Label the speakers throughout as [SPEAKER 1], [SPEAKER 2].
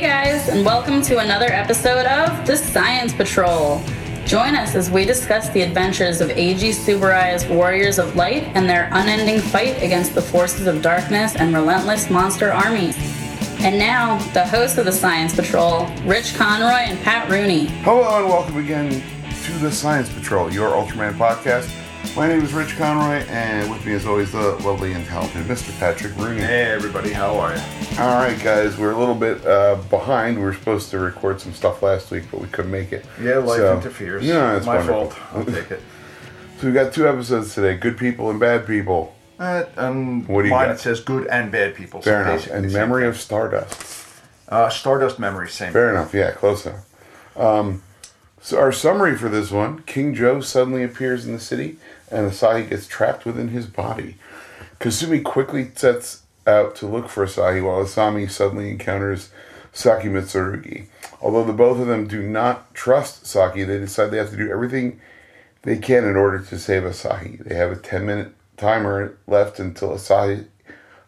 [SPEAKER 1] and welcome to another episode of The Science Patrol. Join us as we discuss the adventures of Eiji Tsuburai as warriors of light and their unending fight against the forces of darkness and relentless monster armies. And now, the hosts of The Science Patrol, Rich Conroy and Pat Rooney.
[SPEAKER 2] Hello and welcome again to the Science Patrol, your Ultraman podcast. My name is Rich Conroy, and with me, as always, the lovely and talented Mr. Patrick Rooney.
[SPEAKER 3] Hey everybody, how are you?
[SPEAKER 2] All right, guys, we're a little bit uh, behind. We were supposed to record some stuff last week, but we couldn't make it.
[SPEAKER 3] Yeah, life
[SPEAKER 2] So-
[SPEAKER 3] interferes.
[SPEAKER 2] Yeah, it's
[SPEAKER 3] my
[SPEAKER 2] wonderful.
[SPEAKER 3] fault. I'll take it.
[SPEAKER 2] So we got two episodes today: good people and bad people.
[SPEAKER 3] Uh, um,
[SPEAKER 2] What do you
[SPEAKER 3] mine
[SPEAKER 2] got?
[SPEAKER 3] it says good and bad people. so
[SPEAKER 2] Fair enough.
[SPEAKER 3] basically
[SPEAKER 2] And
[SPEAKER 3] same
[SPEAKER 2] memory
[SPEAKER 3] thing.
[SPEAKER 2] of Stardust.
[SPEAKER 3] uh, Stardust memory, same.
[SPEAKER 2] Fair enough. Yeah, close enough. Um, so our summary for this one: King Joe suddenly appears in the city, and Asahi gets trapped within his body. Kasumi quickly sets out to look for Asahi, while Asami suddenly encounters Saki Mitsurugi. Although the both of them do not trust Saki, they decide they have to do everything they can in order to save Asahi. They have a 10 minute timer left until Asahi,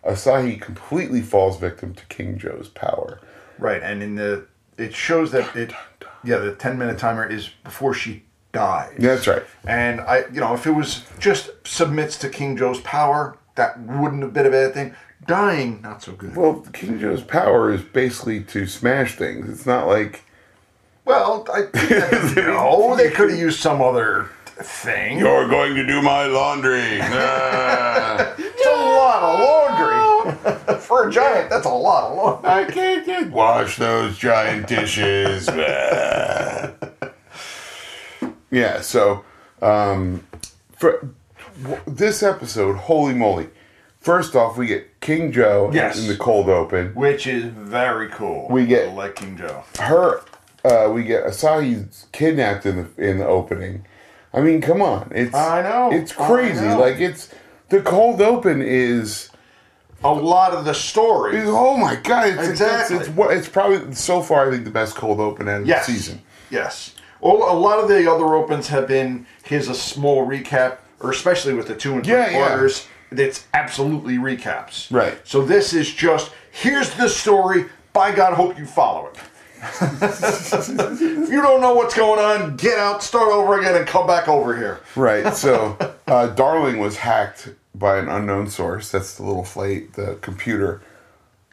[SPEAKER 2] Asahi completely falls victim to King Joe's power.
[SPEAKER 3] Right, and in the it shows that it, yeah, the ten minute timer is before she dies.
[SPEAKER 2] That's right.
[SPEAKER 3] And I, you know, if it was just submits to King Joe's power, that wouldn't have been a bad thing. Dying, not so good.
[SPEAKER 2] Well, King Joe's power is basically to smash things. It's not like.
[SPEAKER 3] Well, I, you know, they could have used some other thing.
[SPEAKER 2] You're going to do my laundry. Ah.
[SPEAKER 3] It's a lot of laundry for a giant. That's a lot of laundry.
[SPEAKER 2] I can't get wash those giant dishes. yeah, so um, for w- this episode, holy moly! First off, we get King Joe
[SPEAKER 3] Yes.
[SPEAKER 2] in the cold open.
[SPEAKER 3] which is very cool.
[SPEAKER 2] We get-
[SPEAKER 3] like King Joe.
[SPEAKER 2] Her, uh, we get Asahi kidnapped in the in the opening. I mean, come on, it's
[SPEAKER 3] I know,
[SPEAKER 2] it's
[SPEAKER 3] I
[SPEAKER 2] crazy.
[SPEAKER 3] know.
[SPEAKER 2] Like it's the cold open is.
[SPEAKER 3] A lot of the story.
[SPEAKER 2] It's- Oh my god! It's,
[SPEAKER 3] Exactly.
[SPEAKER 2] It's, it's, what- it's probably so far. I think the best cold open end
[SPEAKER 3] yes.
[SPEAKER 2] of the season.
[SPEAKER 3] Yes. All, a lot of the other opens have been here's a small recap, or especially with the two and three
[SPEAKER 2] Yeah, yeah.
[SPEAKER 3] quarters. That's absolutely recaps.
[SPEAKER 2] Right.
[SPEAKER 3] So this is just here's the story. By God, hope you follow it. if you don't know what's going on, get out, start over again, and come back over here.
[SPEAKER 2] Right. So, uh, Darling was hacked by an unknown source. That's the little flate, the computer.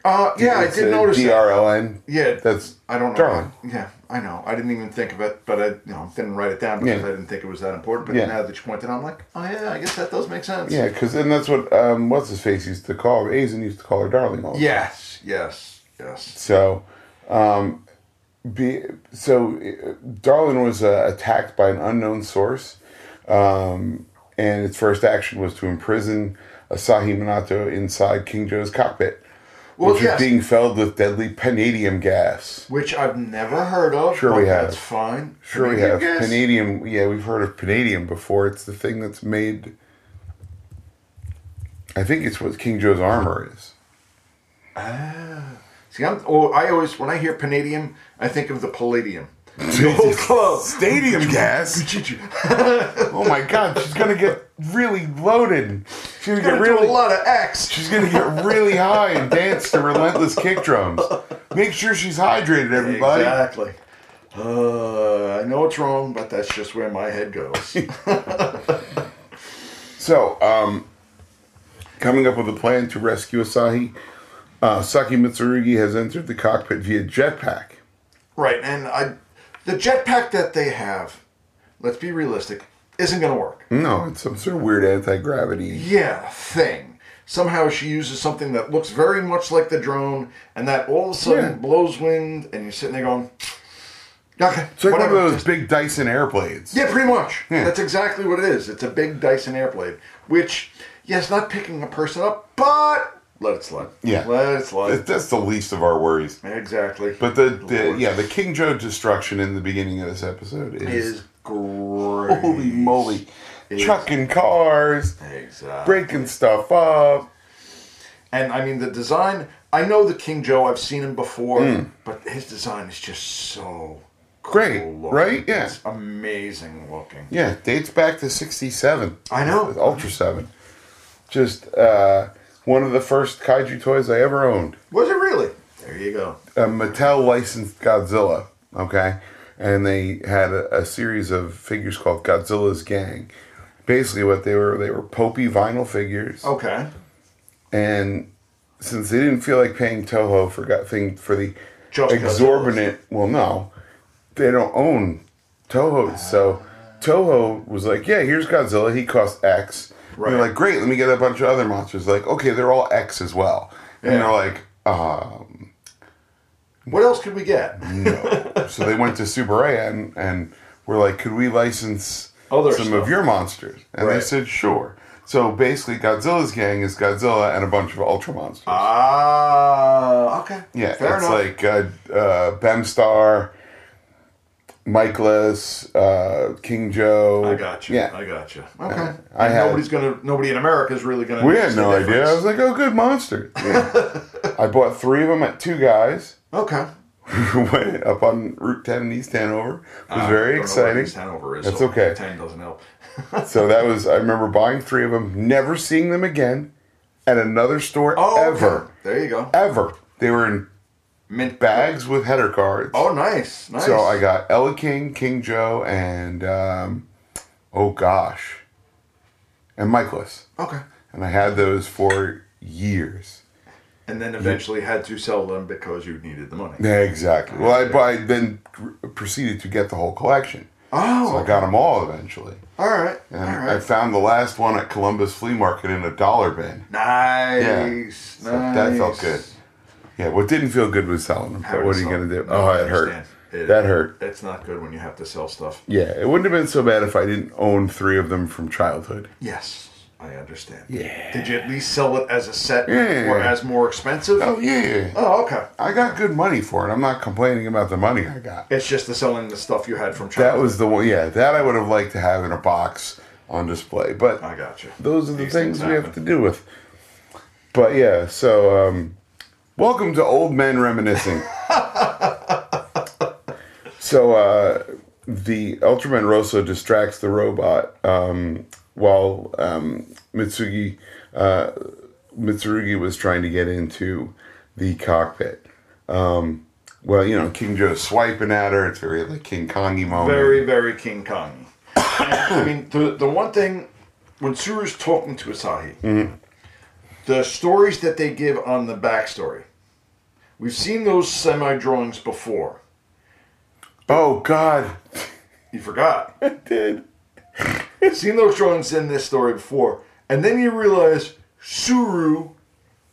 [SPEAKER 3] Uh, yeah, I
[SPEAKER 2] It's
[SPEAKER 3] did
[SPEAKER 2] a
[SPEAKER 3] notice that.
[SPEAKER 2] DRLN.
[SPEAKER 3] Yeah,
[SPEAKER 2] That's
[SPEAKER 3] I don't know.
[SPEAKER 2] Darling.
[SPEAKER 3] Yeah, I know. I didn't even think of it, but I you know didn't write it down because
[SPEAKER 2] Yeah.
[SPEAKER 3] I didn't think it was that important. But
[SPEAKER 2] Yeah.
[SPEAKER 3] now that you pointed out, I'm like, oh yeah, I guess that does make sense.
[SPEAKER 2] Yeah, because and that's what um, what's his face used to call her. Aizen used to call her Darling. All the time.
[SPEAKER 3] Yes. Yes. Yes.
[SPEAKER 2] So, um, be so uh, Darling was uh, attacked by an unknown source, um, and its first action was to imprison Asahi Minato inside King Joe's cockpit,
[SPEAKER 3] Well,
[SPEAKER 2] which
[SPEAKER 3] yes.
[SPEAKER 2] was being filled with deadly panadium gas.
[SPEAKER 3] Which I've never heard of.
[SPEAKER 2] Sure
[SPEAKER 3] but
[SPEAKER 2] we have.
[SPEAKER 3] That's fine.
[SPEAKER 2] Sure, we
[SPEAKER 3] Maybe
[SPEAKER 2] have
[SPEAKER 3] guess.
[SPEAKER 2] panadium. Yeah, we've heard of panadium before. It's the thing that's made. I think it's what King Joe's armor is.
[SPEAKER 3] See, I'm, oh, I always when I hear Panadium, I think of the Palladium. The whole club.
[SPEAKER 2] Stadium gas. Oh my god, she's gonna get really loaded. She's gonna,
[SPEAKER 3] Gonna
[SPEAKER 2] get
[SPEAKER 3] do
[SPEAKER 2] really
[SPEAKER 3] a lot of X.
[SPEAKER 2] She's gonna get really high and dance to relentless kick drums. Make sure she's hydrated, everybody.
[SPEAKER 3] Exactly. Uh, I know it's wrong, but that's just where my head goes.
[SPEAKER 2] So, um, coming up with a plan to rescue Asahi, uh, Saki Mitsurugi has entered the cockpit via jetpack.
[SPEAKER 3] Right, and I, the jetpack that they have, let's be realistic, isn't going to work.
[SPEAKER 2] No, it's some sort of weird anti gravity.
[SPEAKER 3] Yeah, thing. Somehow she uses something that looks very much like the drone, and that all of a sudden
[SPEAKER 2] Yeah.
[SPEAKER 3] blows wind, and you're sitting there going, okay,
[SPEAKER 2] It's like one of
[SPEAKER 3] whatever.
[SPEAKER 2] those
[SPEAKER 3] just-
[SPEAKER 2] big Dyson airplanes.
[SPEAKER 3] yeah, pretty much.
[SPEAKER 2] Yeah.
[SPEAKER 3] That's exactly what it is. It's a big Dyson airblade, which, yes, not picking a person up, but let it slide.
[SPEAKER 2] Yeah.
[SPEAKER 3] Let it
[SPEAKER 2] That-
[SPEAKER 3] slide.
[SPEAKER 2] That's the least of our worries.
[SPEAKER 3] Exactly.
[SPEAKER 2] But the, the
[SPEAKER 3] Lord.
[SPEAKER 2] yeah, the King Joe destruction in the beginning of this episode
[SPEAKER 3] is
[SPEAKER 2] is,
[SPEAKER 3] great.
[SPEAKER 2] holy moly,
[SPEAKER 3] Is-
[SPEAKER 2] chucking cars,
[SPEAKER 3] Exactly.
[SPEAKER 2] breaking stuff up.
[SPEAKER 3] And I mean, the design, I know the King Joe, I've seen him before, but his design is just so
[SPEAKER 2] Mm. Great,
[SPEAKER 3] cool looking.
[SPEAKER 2] right? Yeah.
[SPEAKER 3] It's amazing looking.
[SPEAKER 2] Yeah, dates back to 67.
[SPEAKER 3] I know.
[SPEAKER 2] Ultra 7. Just uh, one of the first kaiju toys I ever owned.
[SPEAKER 3] Was it really? There you you go.
[SPEAKER 2] uh, Mattel licensed Godzilla, okay, and they had a, a series of figures called Godzilla's Gang. Basically, what they were they were popey vinyl figures,
[SPEAKER 3] Okay.
[SPEAKER 2] and since they didn't feel like paying Toho for got thing for the
[SPEAKER 3] Just
[SPEAKER 2] exorbitant, well, no, they don't own Toho, so Toho was like, yeah, here's Godzilla. He costs X. Right.
[SPEAKER 3] Right.
[SPEAKER 2] They're like, great. Let me get a bunch of other monsters. Like, okay, they're all X as well, and
[SPEAKER 3] Yeah.
[SPEAKER 2] they're like, uh,
[SPEAKER 3] What else could we get?
[SPEAKER 2] Mm. no. so they went to Super A and, and were like, could we license
[SPEAKER 3] Other
[SPEAKER 2] some
[SPEAKER 3] stuff.
[SPEAKER 2] of your monsters? And they
[SPEAKER 3] Right.
[SPEAKER 2] said, sure. So basically, Godzilla's gang is Godzilla and a bunch of Ultra Monsters.
[SPEAKER 3] Ah, okay.
[SPEAKER 2] yeah,
[SPEAKER 3] fair
[SPEAKER 2] it's
[SPEAKER 3] enough.
[SPEAKER 2] like uh, uh, Bemstar, Michaelis, uh, King Joe.
[SPEAKER 3] I got you.
[SPEAKER 2] Yeah. Uh,
[SPEAKER 3] I got you. Okay.
[SPEAKER 2] I
[SPEAKER 3] And
[SPEAKER 2] had-
[SPEAKER 3] nobody's gonna. Nobody in America is really gonna.
[SPEAKER 2] we
[SPEAKER 3] notice
[SPEAKER 2] had
[SPEAKER 3] the
[SPEAKER 2] no idea. I was
[SPEAKER 3] difference.
[SPEAKER 2] like, oh, good monster. Yeah. I bought three of them at Two Guys.
[SPEAKER 3] Okay.
[SPEAKER 2] Went up on Route 10 in East Hanover. It was very
[SPEAKER 3] Ah, don't know where
[SPEAKER 2] exciting.
[SPEAKER 3] East Hanover is.
[SPEAKER 2] That's
[SPEAKER 3] so
[SPEAKER 2] okay.
[SPEAKER 3] Ten doesn't help. Oh,
[SPEAKER 2] So that was I remember buying three of them, never seeing them again at another store
[SPEAKER 3] Oh, okay.
[SPEAKER 2] ever.
[SPEAKER 3] There you go.
[SPEAKER 2] Ever. They were in
[SPEAKER 3] Mint
[SPEAKER 2] bags with header cards.
[SPEAKER 3] Oh, nice. Nice.
[SPEAKER 2] So I got Ella King, King Joe, and um, oh gosh. And Michaelis.
[SPEAKER 3] Okay.
[SPEAKER 2] And I had those for years.
[SPEAKER 3] And then eventually had to sell them because you needed the money.
[SPEAKER 2] Yeah, exactly. Well, I, but I then proceeded to get the whole collection. So I
[SPEAKER 3] Oh,
[SPEAKER 2] got them all eventually.
[SPEAKER 3] all right. All
[SPEAKER 2] And
[SPEAKER 3] right.
[SPEAKER 2] I found the last one at Columbus Flea Market in a dollar bin.
[SPEAKER 3] Nice.
[SPEAKER 2] Yeah. So
[SPEAKER 3] nice.
[SPEAKER 2] that felt good. Yeah, what didn't feel good was selling them.
[SPEAKER 3] How
[SPEAKER 2] But what
[SPEAKER 3] to
[SPEAKER 2] are you
[SPEAKER 3] sell.
[SPEAKER 2] going to do?
[SPEAKER 3] No,
[SPEAKER 2] Oh,
[SPEAKER 3] I
[SPEAKER 2] it hurt.
[SPEAKER 3] understand. It-
[SPEAKER 2] that hurt.
[SPEAKER 3] That's not good when you have to sell stuff.
[SPEAKER 2] Yeah, it wouldn't have been so bad if I didn't own three of them from childhood.
[SPEAKER 3] Yes, I understand.
[SPEAKER 2] Yeah.
[SPEAKER 3] Did you at least sell it as a set
[SPEAKER 2] Yeah.
[SPEAKER 3] or as more expensive?
[SPEAKER 2] Oh, yeah.
[SPEAKER 3] Oh, okay.
[SPEAKER 2] I got good money for it. I'm not complaining about the money I got.
[SPEAKER 3] It's just the selling the stuff you had from China.
[SPEAKER 2] That was the one, yeah, that I would have liked to have in a box on display. But
[SPEAKER 3] I got you.
[SPEAKER 2] those are the
[SPEAKER 3] These
[SPEAKER 2] things,
[SPEAKER 3] things
[SPEAKER 2] we have to
[SPEAKER 3] happen.
[SPEAKER 2] do with. But yeah, so um, welcome to old men reminiscing. so uh, the Ultraman Rosso distracts the robot um, while um, Mitsugi uh, Mitsurugi was trying to get into the cockpit. Um, well, you know, King Joe's swiping at her. It's very like King Kongy moment.
[SPEAKER 3] Very, very King Kong. I mean, the, the one thing, when Suru's talking to Asahi, the stories that they give on the backstory, we've seen those semi drawings before.
[SPEAKER 2] oh God,
[SPEAKER 3] You forgot.
[SPEAKER 2] did.
[SPEAKER 3] seen those drawings in this story before. And then you realize Suru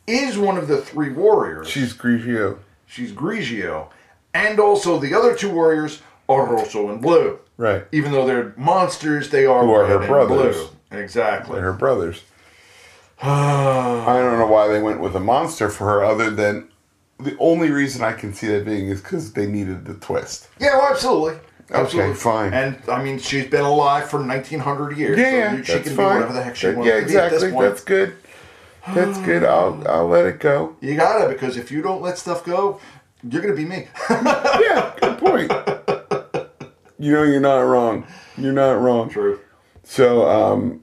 [SPEAKER 3] is one of the three warriors.
[SPEAKER 2] She's Grigio.
[SPEAKER 3] She's Grigio. And also the other two warriors are Rosso and Blue.
[SPEAKER 2] Right.
[SPEAKER 3] Even though they're monsters, they are,
[SPEAKER 2] Who are
[SPEAKER 3] red
[SPEAKER 2] her
[SPEAKER 3] and
[SPEAKER 2] brothers.
[SPEAKER 3] Blue. Exactly.
[SPEAKER 2] and her brothers. I don't know why they went with a monster for her, other than the only reason I can see that being is because they needed the twist.
[SPEAKER 3] Yeah, well, absolutely. Absolutely.
[SPEAKER 2] fine.
[SPEAKER 3] And I mean, she's been alive for 1900 years. so
[SPEAKER 2] Yeah, yeah,
[SPEAKER 3] she
[SPEAKER 2] that's fine.
[SPEAKER 3] can do whatever the heck she
[SPEAKER 2] That-
[SPEAKER 3] wants
[SPEAKER 2] yeah,
[SPEAKER 3] to be at
[SPEAKER 2] exactly.
[SPEAKER 3] this point.
[SPEAKER 2] That's good. That's good. I'll I'll let it go.
[SPEAKER 3] You gotta, because if you don't let stuff go, you're gonna be me.
[SPEAKER 2] Yeah, good point. You know, you're not wrong. You're not wrong.
[SPEAKER 3] True.
[SPEAKER 2] So, um,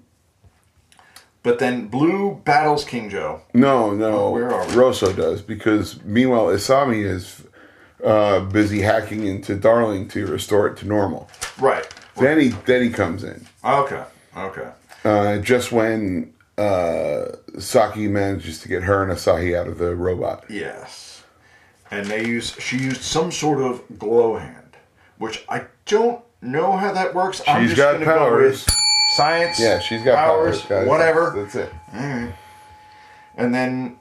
[SPEAKER 3] But then Blue battles King Joe.
[SPEAKER 2] no, no,
[SPEAKER 3] Where are we?
[SPEAKER 2] Rosso does because meanwhile Isami is uh, busy hacking into Darling to restore it to normal.
[SPEAKER 3] Right.
[SPEAKER 2] Then he then he comes in.
[SPEAKER 3] Okay. Okay.
[SPEAKER 2] uh, just when uh, Saki manages to get her and Asahi out of the robot.
[SPEAKER 3] Yes. And they use she used some sort of glow hand, which I don't know how that works. I'm
[SPEAKER 2] She's
[SPEAKER 3] just
[SPEAKER 2] got
[SPEAKER 3] gonna go
[SPEAKER 2] powers.
[SPEAKER 3] with science.
[SPEAKER 2] Yeah, she's got powers. guys.
[SPEAKER 3] whatever.
[SPEAKER 2] That's, that's it.
[SPEAKER 3] And then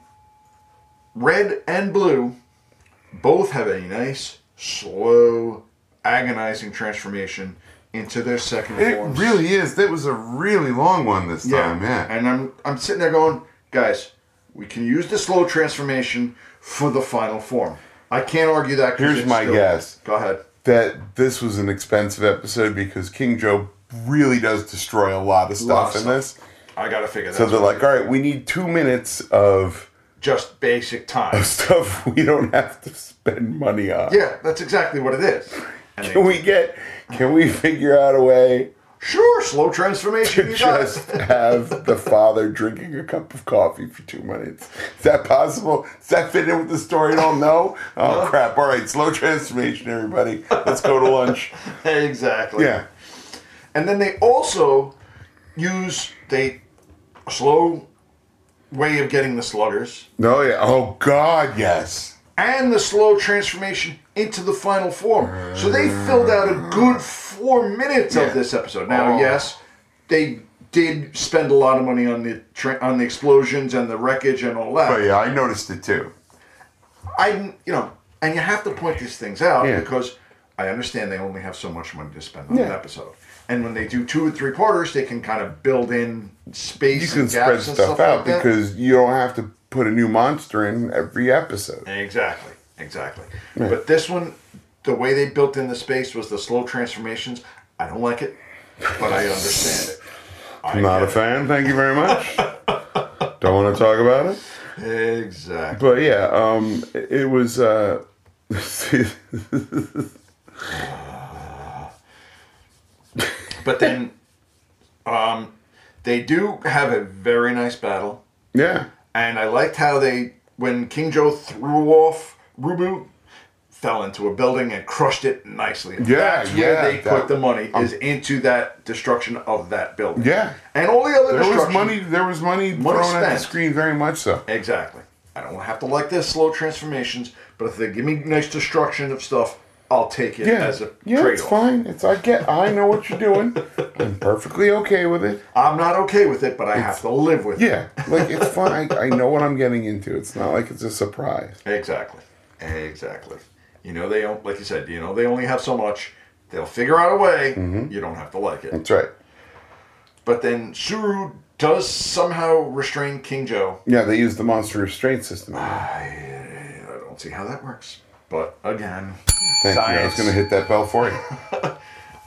[SPEAKER 3] red and blue both have a nice, slow, agonizing transformation into their second
[SPEAKER 2] It
[SPEAKER 3] forms.
[SPEAKER 2] really is. Oh, That was a really long one this time. Yeah.
[SPEAKER 3] And I'm I'm sitting there going, guys, we can use the slow transformation for the final form. I can't argue that. 'cause
[SPEAKER 2] Here's
[SPEAKER 3] it's
[SPEAKER 2] my
[SPEAKER 3] still-
[SPEAKER 2] guess.
[SPEAKER 3] Go ahead.
[SPEAKER 2] That this was an expensive episode because King Joe really does destroy a lot of stuff
[SPEAKER 3] Lot
[SPEAKER 2] in
[SPEAKER 3] of stuff.
[SPEAKER 2] this.
[SPEAKER 3] I gotta figure that.
[SPEAKER 2] So they're like, all right, we need two minutes of
[SPEAKER 3] just basic
[SPEAKER 2] Oh,
[SPEAKER 3] time.
[SPEAKER 2] stuff we don't have to spend money on.
[SPEAKER 3] yeah, that's exactly what it is. And they-
[SPEAKER 2] Can we get? Can we figure out a way
[SPEAKER 3] Sure, slow transformation.
[SPEAKER 2] to
[SPEAKER 3] You got it.
[SPEAKER 2] just have the father drinking a cup of coffee for two minutes. Is that possible? Does that fit in with the story at all? No? Oh, crap. All right, slow transformation, everybody. Let's go to lunch.
[SPEAKER 3] exactly.
[SPEAKER 2] Yeah.
[SPEAKER 3] And then they also use they a slow way of getting the sluggers
[SPEAKER 2] No, yeah. Oh, God, yes.
[SPEAKER 3] and the slow transformation into the final form. So they filled out a good four minutes
[SPEAKER 2] Yeah.
[SPEAKER 3] of this episode. Now,
[SPEAKER 2] Oh.
[SPEAKER 3] yes, they did spend a lot of money on the tra- on the explosions and the wreckage and all that.
[SPEAKER 2] Oh, yeah, I noticed it too.
[SPEAKER 3] I, didn't- you know, and you have to point these things out
[SPEAKER 2] Yeah.
[SPEAKER 3] because I understand they only have so much money to spend on an
[SPEAKER 2] Yeah.
[SPEAKER 3] episode. And when they do two or three quarters, they can kind of build in space.
[SPEAKER 2] You can
[SPEAKER 3] and
[SPEAKER 2] spread
[SPEAKER 3] gaps and
[SPEAKER 2] stuff
[SPEAKER 3] like
[SPEAKER 2] out
[SPEAKER 3] that.
[SPEAKER 2] because you don't have to put a new monster in every episode.
[SPEAKER 3] exactly, exactly. But this one, the way they built in the space was the slow transformations. I don't like it, but I understand it. I
[SPEAKER 2] I'm not a
[SPEAKER 3] get
[SPEAKER 2] fan. Thank you very much. don't want to talk about it.
[SPEAKER 3] it. Exactly.
[SPEAKER 2] But yeah, um, it it was. Uh,
[SPEAKER 3] But then, um, they do have a very nice battle.
[SPEAKER 2] yeah.
[SPEAKER 3] And I liked how they, when King Joe threw off Rubu, fell into a building and crushed it nicely.
[SPEAKER 2] Yeah,
[SPEAKER 3] That's where
[SPEAKER 2] yeah,
[SPEAKER 3] they
[SPEAKER 2] that-
[SPEAKER 3] put the money is into that destruction of that building.
[SPEAKER 2] Yeah.
[SPEAKER 3] and all the other
[SPEAKER 2] There was
[SPEAKER 3] destruction.
[SPEAKER 2] money. There was money,
[SPEAKER 3] Money
[SPEAKER 2] thrown at the
[SPEAKER 3] spent.
[SPEAKER 2] screen, very much so.
[SPEAKER 3] Exactly. I don't have to like this slow transformations, but if they give me nice destruction of stuff, I'll take it
[SPEAKER 2] Yeah,
[SPEAKER 3] as a
[SPEAKER 2] yeah,
[SPEAKER 3] trade
[SPEAKER 2] it's fine. It's I get. I know what you're doing. I'm perfectly okay with it.
[SPEAKER 3] I'm not okay with it, but I have to live with it.
[SPEAKER 2] Yeah, like it's fine. I, I know what I'm getting into. It's not like it's a surprise.
[SPEAKER 3] Exactly. Exactly. You know they don't like you said, you know they only have so much. They'll figure out a way.
[SPEAKER 2] Mm-hmm.
[SPEAKER 3] You don't have to like it.
[SPEAKER 2] That's right.
[SPEAKER 3] But then Suru does somehow restrain King Joe.
[SPEAKER 2] Yeah, they use the monster restraint system.
[SPEAKER 3] Ah,
[SPEAKER 2] Thank
[SPEAKER 3] I don't see how that works. But again,
[SPEAKER 2] you. I was
[SPEAKER 3] science.
[SPEAKER 2] going to hit that bell for you.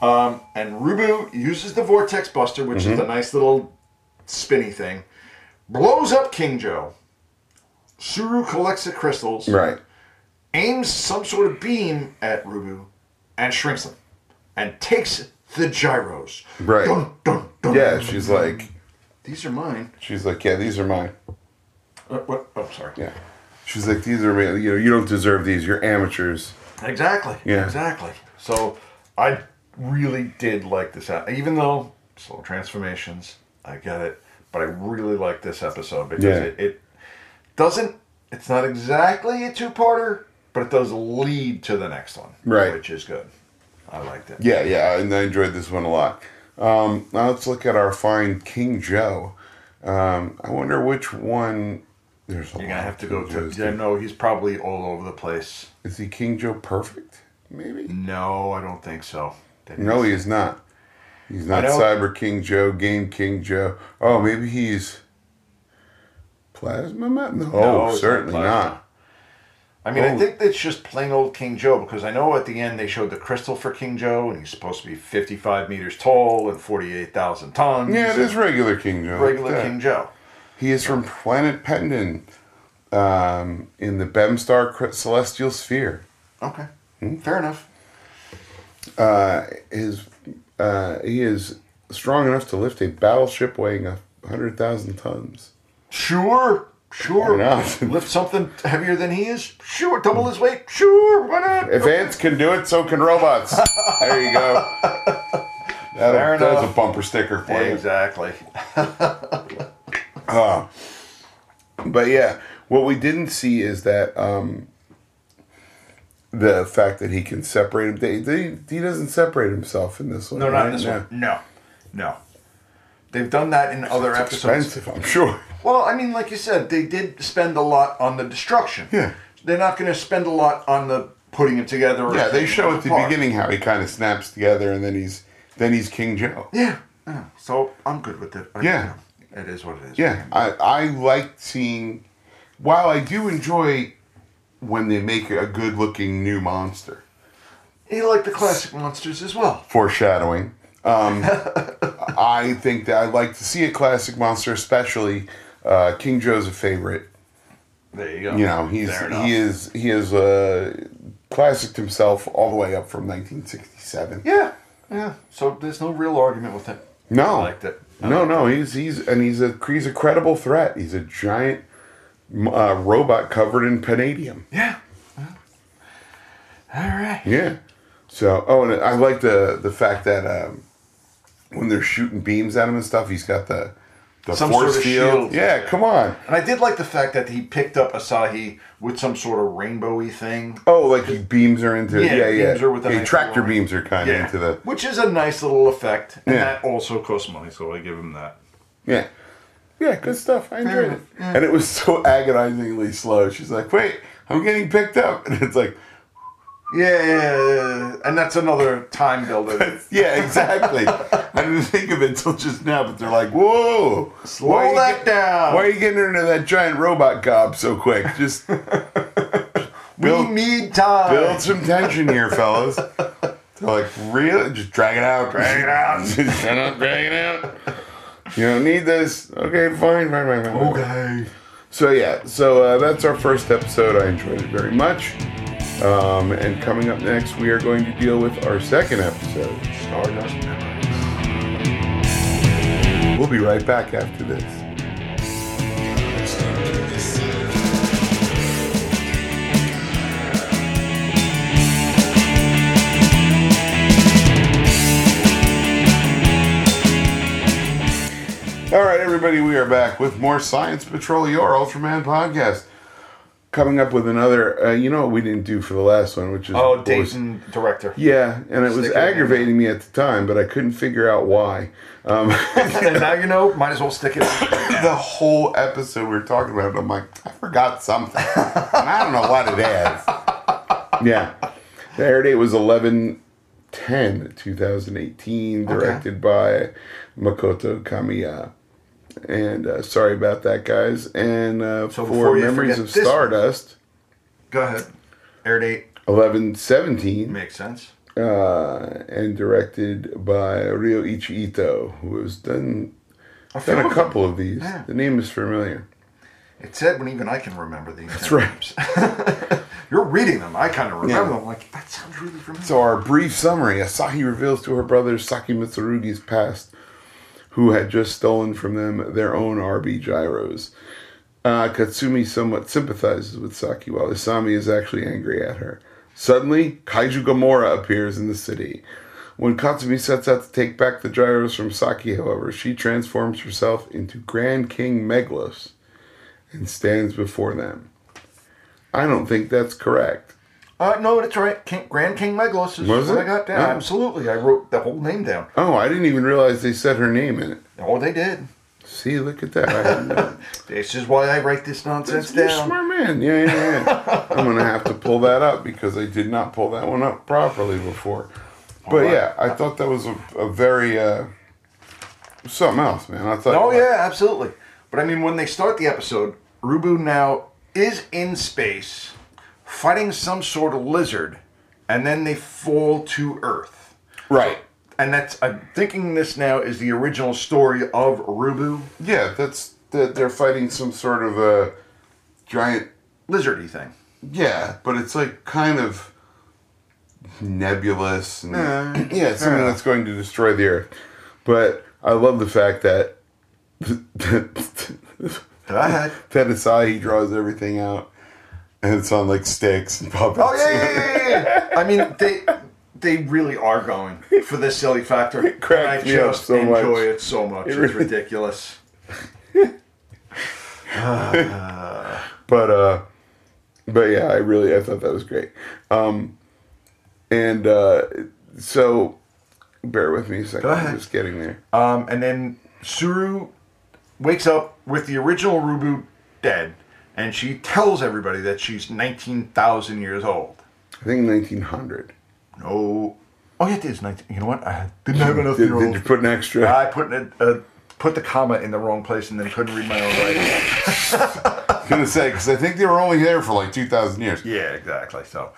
[SPEAKER 3] And Rubu uses the Vortex Buster, which
[SPEAKER 2] Mm-hmm.
[SPEAKER 3] is a nice little spinny thing, blows up King Joe. Suru collects the crystals,
[SPEAKER 2] Right.
[SPEAKER 3] aims some sort of beam at Rubu, and shrinks them, and takes the gyros.
[SPEAKER 2] Right.
[SPEAKER 3] Dun, dun, dun.
[SPEAKER 2] Yeah, she's like,
[SPEAKER 3] These are mine.
[SPEAKER 2] she's like, yeah, these are mine.
[SPEAKER 3] Uh, what? Oh, sorry.
[SPEAKER 2] Yeah. She's like, these are ma- you know, you don't deserve these. You're amateurs.
[SPEAKER 3] Exactly.
[SPEAKER 2] Yeah.
[SPEAKER 3] Exactly. So I really did like this, ep- even though slow transformations, I get it, but I really like this episode because
[SPEAKER 2] Yeah.
[SPEAKER 3] it, it doesn't. It's not exactly a two-parter, but it does lead to the next one,
[SPEAKER 2] Right.
[SPEAKER 3] Which is good. I liked it.
[SPEAKER 2] Yeah, yeah, and I enjoyed this one a lot. Um, now let's look at our fine King Joe. Um, I wonder which one. There's a lot
[SPEAKER 3] You're gonna
[SPEAKER 2] of
[SPEAKER 3] have to go
[SPEAKER 2] King
[SPEAKER 3] to.
[SPEAKER 2] Joes.
[SPEAKER 3] I know he's probably all over the place.
[SPEAKER 2] Is he King Joe perfect? Maybe.
[SPEAKER 3] No, I don't think so. That
[SPEAKER 2] No,
[SPEAKER 3] is-
[SPEAKER 2] he is not. He's not
[SPEAKER 3] I don't-
[SPEAKER 2] Cyber King Joe, Game King Joe. Oh, maybe he's Plasma Man. No,
[SPEAKER 3] No, it's not
[SPEAKER 2] certainly
[SPEAKER 3] Plasma.
[SPEAKER 2] not.
[SPEAKER 3] I mean,
[SPEAKER 2] Oh.
[SPEAKER 3] I think it's just plain old King Joe because I know at the end they showed the crystal for King Joe and he's supposed to be 55 meters tall and 48,000 tons.
[SPEAKER 2] Yeah, it is regular King Joe. Look at
[SPEAKER 3] regular
[SPEAKER 2] that.
[SPEAKER 3] King Joe.
[SPEAKER 2] He is from planet Pendant um, in the Bemstar cre- celestial sphere.
[SPEAKER 3] Okay.
[SPEAKER 2] Hmm?
[SPEAKER 3] Fair enough.
[SPEAKER 2] Uh, his uh, he is strong enough to lift a battleship weighing a hundred thousand tons.
[SPEAKER 3] Sure. Sure.
[SPEAKER 2] Why not? Hmm.
[SPEAKER 3] Lift something heavier than he is? Sure. Double his weight? Sure. Why not?
[SPEAKER 2] If ants can do it, so can robots. there you go. That'll-
[SPEAKER 3] Fair
[SPEAKER 2] that's
[SPEAKER 3] enough.
[SPEAKER 2] a bumper sticker for you.
[SPEAKER 3] Exactly.
[SPEAKER 2] But yeah, what we didn't see is that um, the fact that he can separate him. They, they, he doesn't separate himself in this one.
[SPEAKER 3] No, not
[SPEAKER 2] right?
[SPEAKER 3] in this
[SPEAKER 2] No.
[SPEAKER 3] one. No. No. They've done that in other
[SPEAKER 2] It's
[SPEAKER 3] episodes.
[SPEAKER 2] expensive, I'm sure.
[SPEAKER 3] Well, I mean, like you said, they did spend a lot on the destruction.
[SPEAKER 2] Yeah.
[SPEAKER 3] They're not going to spend a lot on the putting it together. Or
[SPEAKER 2] Yeah, they show at the
[SPEAKER 3] apart.
[SPEAKER 2] beginning how he kind of snaps together, and then he's then he's King Joe.
[SPEAKER 3] Yeah. yeah. So I'm good with it. I-
[SPEAKER 2] Yeah.
[SPEAKER 3] It is what it is.
[SPEAKER 2] Yeah, I I liked seeing. While I do enjoy when they make a good looking new monster,
[SPEAKER 3] You like the classic monsters as well.
[SPEAKER 2] foreshadowing. Um, I think that I'd like to see a classic monster, especially uh, King Joe's a favorite.
[SPEAKER 3] There you go.
[SPEAKER 2] You know, he's he is he is uh, classic himself all the way up from 1967.
[SPEAKER 3] Yeah. Yeah. So there's no real argument with him.
[SPEAKER 2] No,
[SPEAKER 3] I liked it. I
[SPEAKER 2] no,
[SPEAKER 3] liked
[SPEAKER 2] no, he's he's and he's a he's a credible threat. He's a giant m- uh, robot covered in palladium.
[SPEAKER 3] Yeah. All right.
[SPEAKER 2] Yeah. So, oh, and I like the the fact that um, when they're shooting beams at him and stuff, he's got the the
[SPEAKER 3] Some
[SPEAKER 2] force
[SPEAKER 3] sort of
[SPEAKER 2] field.
[SPEAKER 3] shield.
[SPEAKER 2] Yeah, come on.
[SPEAKER 3] And I did like the fact that he picked up Asahi with some sort of rainbowy thing.
[SPEAKER 2] Oh, like he beams her into
[SPEAKER 3] Yeah,
[SPEAKER 2] yeah, yeah.
[SPEAKER 3] beams her with a
[SPEAKER 2] He
[SPEAKER 3] nice
[SPEAKER 2] tractor
[SPEAKER 3] line.
[SPEAKER 2] beams her kind of into the
[SPEAKER 3] Which is a nice little effect. And
[SPEAKER 2] Yeah.
[SPEAKER 3] that also costs money, so I give him that.
[SPEAKER 2] yeah. Yeah, good stuff. I enjoyed
[SPEAKER 3] enough.
[SPEAKER 2] it. And it was so agonizingly slow. She's like, "Wait, I'm getting picked up," and it's like,
[SPEAKER 3] Yeah, and that's another time builder.
[SPEAKER 2] "Yeah, exactly." I didn't think of it till just now, but they're like, "Whoa,
[SPEAKER 3] Slow
[SPEAKER 2] why are you
[SPEAKER 3] that
[SPEAKER 2] get-
[SPEAKER 3] down."
[SPEAKER 2] Why are you getting her into that giant robot gob so quick? Just
[SPEAKER 3] we
[SPEAKER 2] build-
[SPEAKER 3] need time.
[SPEAKER 2] build some tension here, fellas. They're like, really? Just drag it out, drag it out, just shut up, drag it out. You don't need this. Okay, fine, fine, fine, fine.
[SPEAKER 3] Okay.
[SPEAKER 2] So yeah, so uh, that's our first episode. I enjoyed it very much. Um, and coming up next, we are going to deal with our second episode.
[SPEAKER 3] Stardust Memories.
[SPEAKER 2] We'll be right back after this. All right, everybody, we are back with more Science Patrol, your Ultraman podcast. Coming up with another, uh, you know what we didn't do for the last one, which is
[SPEAKER 3] Oh,
[SPEAKER 2] of course-
[SPEAKER 3] Dayton director.
[SPEAKER 2] Yeah, and it was
[SPEAKER 3] Stick it in.
[SPEAKER 2] aggravating me at the time, but I couldn't figure out why. Um,
[SPEAKER 3] and now you know, might as well stick it.
[SPEAKER 2] the whole episode we were talking about it, I'm like, I forgot something, and I don't know what it is. Yeah, the air date was 11 10 2018 directed by makoto kamiya and uh, sorry about that guys and uh,
[SPEAKER 3] So
[SPEAKER 2] for
[SPEAKER 3] before you
[SPEAKER 2] memories
[SPEAKER 3] forget
[SPEAKER 2] of
[SPEAKER 3] this one.
[SPEAKER 2] stardust
[SPEAKER 3] Go ahead. Air date
[SPEAKER 2] 11 17
[SPEAKER 3] makes sense.
[SPEAKER 2] uh, and directed by Ryoichi Ito, who has done
[SPEAKER 3] few
[SPEAKER 2] done
[SPEAKER 3] of
[SPEAKER 2] a
[SPEAKER 3] them.
[SPEAKER 2] couple of these.
[SPEAKER 3] Yeah.
[SPEAKER 2] The name is familiar.
[SPEAKER 3] It said when even I can remember these. That's
[SPEAKER 2] right.
[SPEAKER 3] You're reading them. I kind of remember
[SPEAKER 2] Yeah.
[SPEAKER 3] them. Like that sounds really familiar.
[SPEAKER 2] So our brief summary: Asahi reveals to her brother Saki Mitsurugi's past, who had just stolen from them their own RB gyros. Uh, Katsumi somewhat sympathizes with Saki, while Isami is actually angry at her. Suddenly, Kaiju Gamora appears in the city. When Katsumi sets out to take back the gyros from Saki, however, she transforms herself into Grand King Meglos and stands before them. I don't think that's correct.
[SPEAKER 3] uh, no, that's right. King, Grand King Legolas is
[SPEAKER 2] Was
[SPEAKER 3] what
[SPEAKER 2] it?
[SPEAKER 3] I got down.
[SPEAKER 2] Oh.
[SPEAKER 3] Absolutely, I wrote the whole name down.
[SPEAKER 2] Oh, I didn't even realize they said her name in it.
[SPEAKER 3] Oh, they did.
[SPEAKER 2] See, look at that. I hadn't known.
[SPEAKER 3] This is why I write this nonsense
[SPEAKER 2] You're a
[SPEAKER 3] down.
[SPEAKER 2] smart man. Yeah, yeah, yeah. I'm going to have to pull that up because I did not pull that one up properly before. But
[SPEAKER 3] Alright.
[SPEAKER 2] yeah, I thought that was a, a very uh, something else, man. I thought.
[SPEAKER 3] Oh yeah, absolutely. But I mean, when they start the episode, Rubu now is in space, fighting some sort of lizard, and then they fall to Earth.
[SPEAKER 2] Right.
[SPEAKER 3] And that's I'm thinking this now is the original story of Rubu
[SPEAKER 2] Yeah, that's that they're fighting some sort of a giant.
[SPEAKER 3] lizardy thing.
[SPEAKER 2] Yeah, but it's like kind of nebulous. And, yeah, it's something
[SPEAKER 3] enough.
[SPEAKER 2] that's going to destroy the Earth. But I love the fact that.
[SPEAKER 3] Go ahead.
[SPEAKER 2] Ted Asahi draws everything out, and it's on like sticks and puppets.
[SPEAKER 3] Oh yeah, yeah, yeah, yeah, yeah. I mean, they they really are going for this silly factor. It
[SPEAKER 2] cracked
[SPEAKER 3] I
[SPEAKER 2] me up
[SPEAKER 3] just
[SPEAKER 2] so much.
[SPEAKER 3] enjoy it so much. it's
[SPEAKER 2] really-
[SPEAKER 3] ridiculous.
[SPEAKER 2] But uh, but yeah, I really I thought that was great. Um, and uh, so bear with me a second.
[SPEAKER 3] ahead.
[SPEAKER 2] I'm just getting there.
[SPEAKER 3] Um, and then Suru wakes up with the original Rubu dead, and she tells everybody that she's 19,000 years old.
[SPEAKER 2] I think 1900.
[SPEAKER 3] No. Oh, yeah, it is 19. You know what? I didn't have enough
[SPEAKER 2] Did,
[SPEAKER 3] year
[SPEAKER 2] did you
[SPEAKER 3] old.
[SPEAKER 2] put an extra?
[SPEAKER 3] I put, in a, a, put the comma in the wrong place and then couldn't read my own writing.
[SPEAKER 2] I'm gonna say because I think they were only there for like 2,000 years.
[SPEAKER 3] Yeah, exactly. So,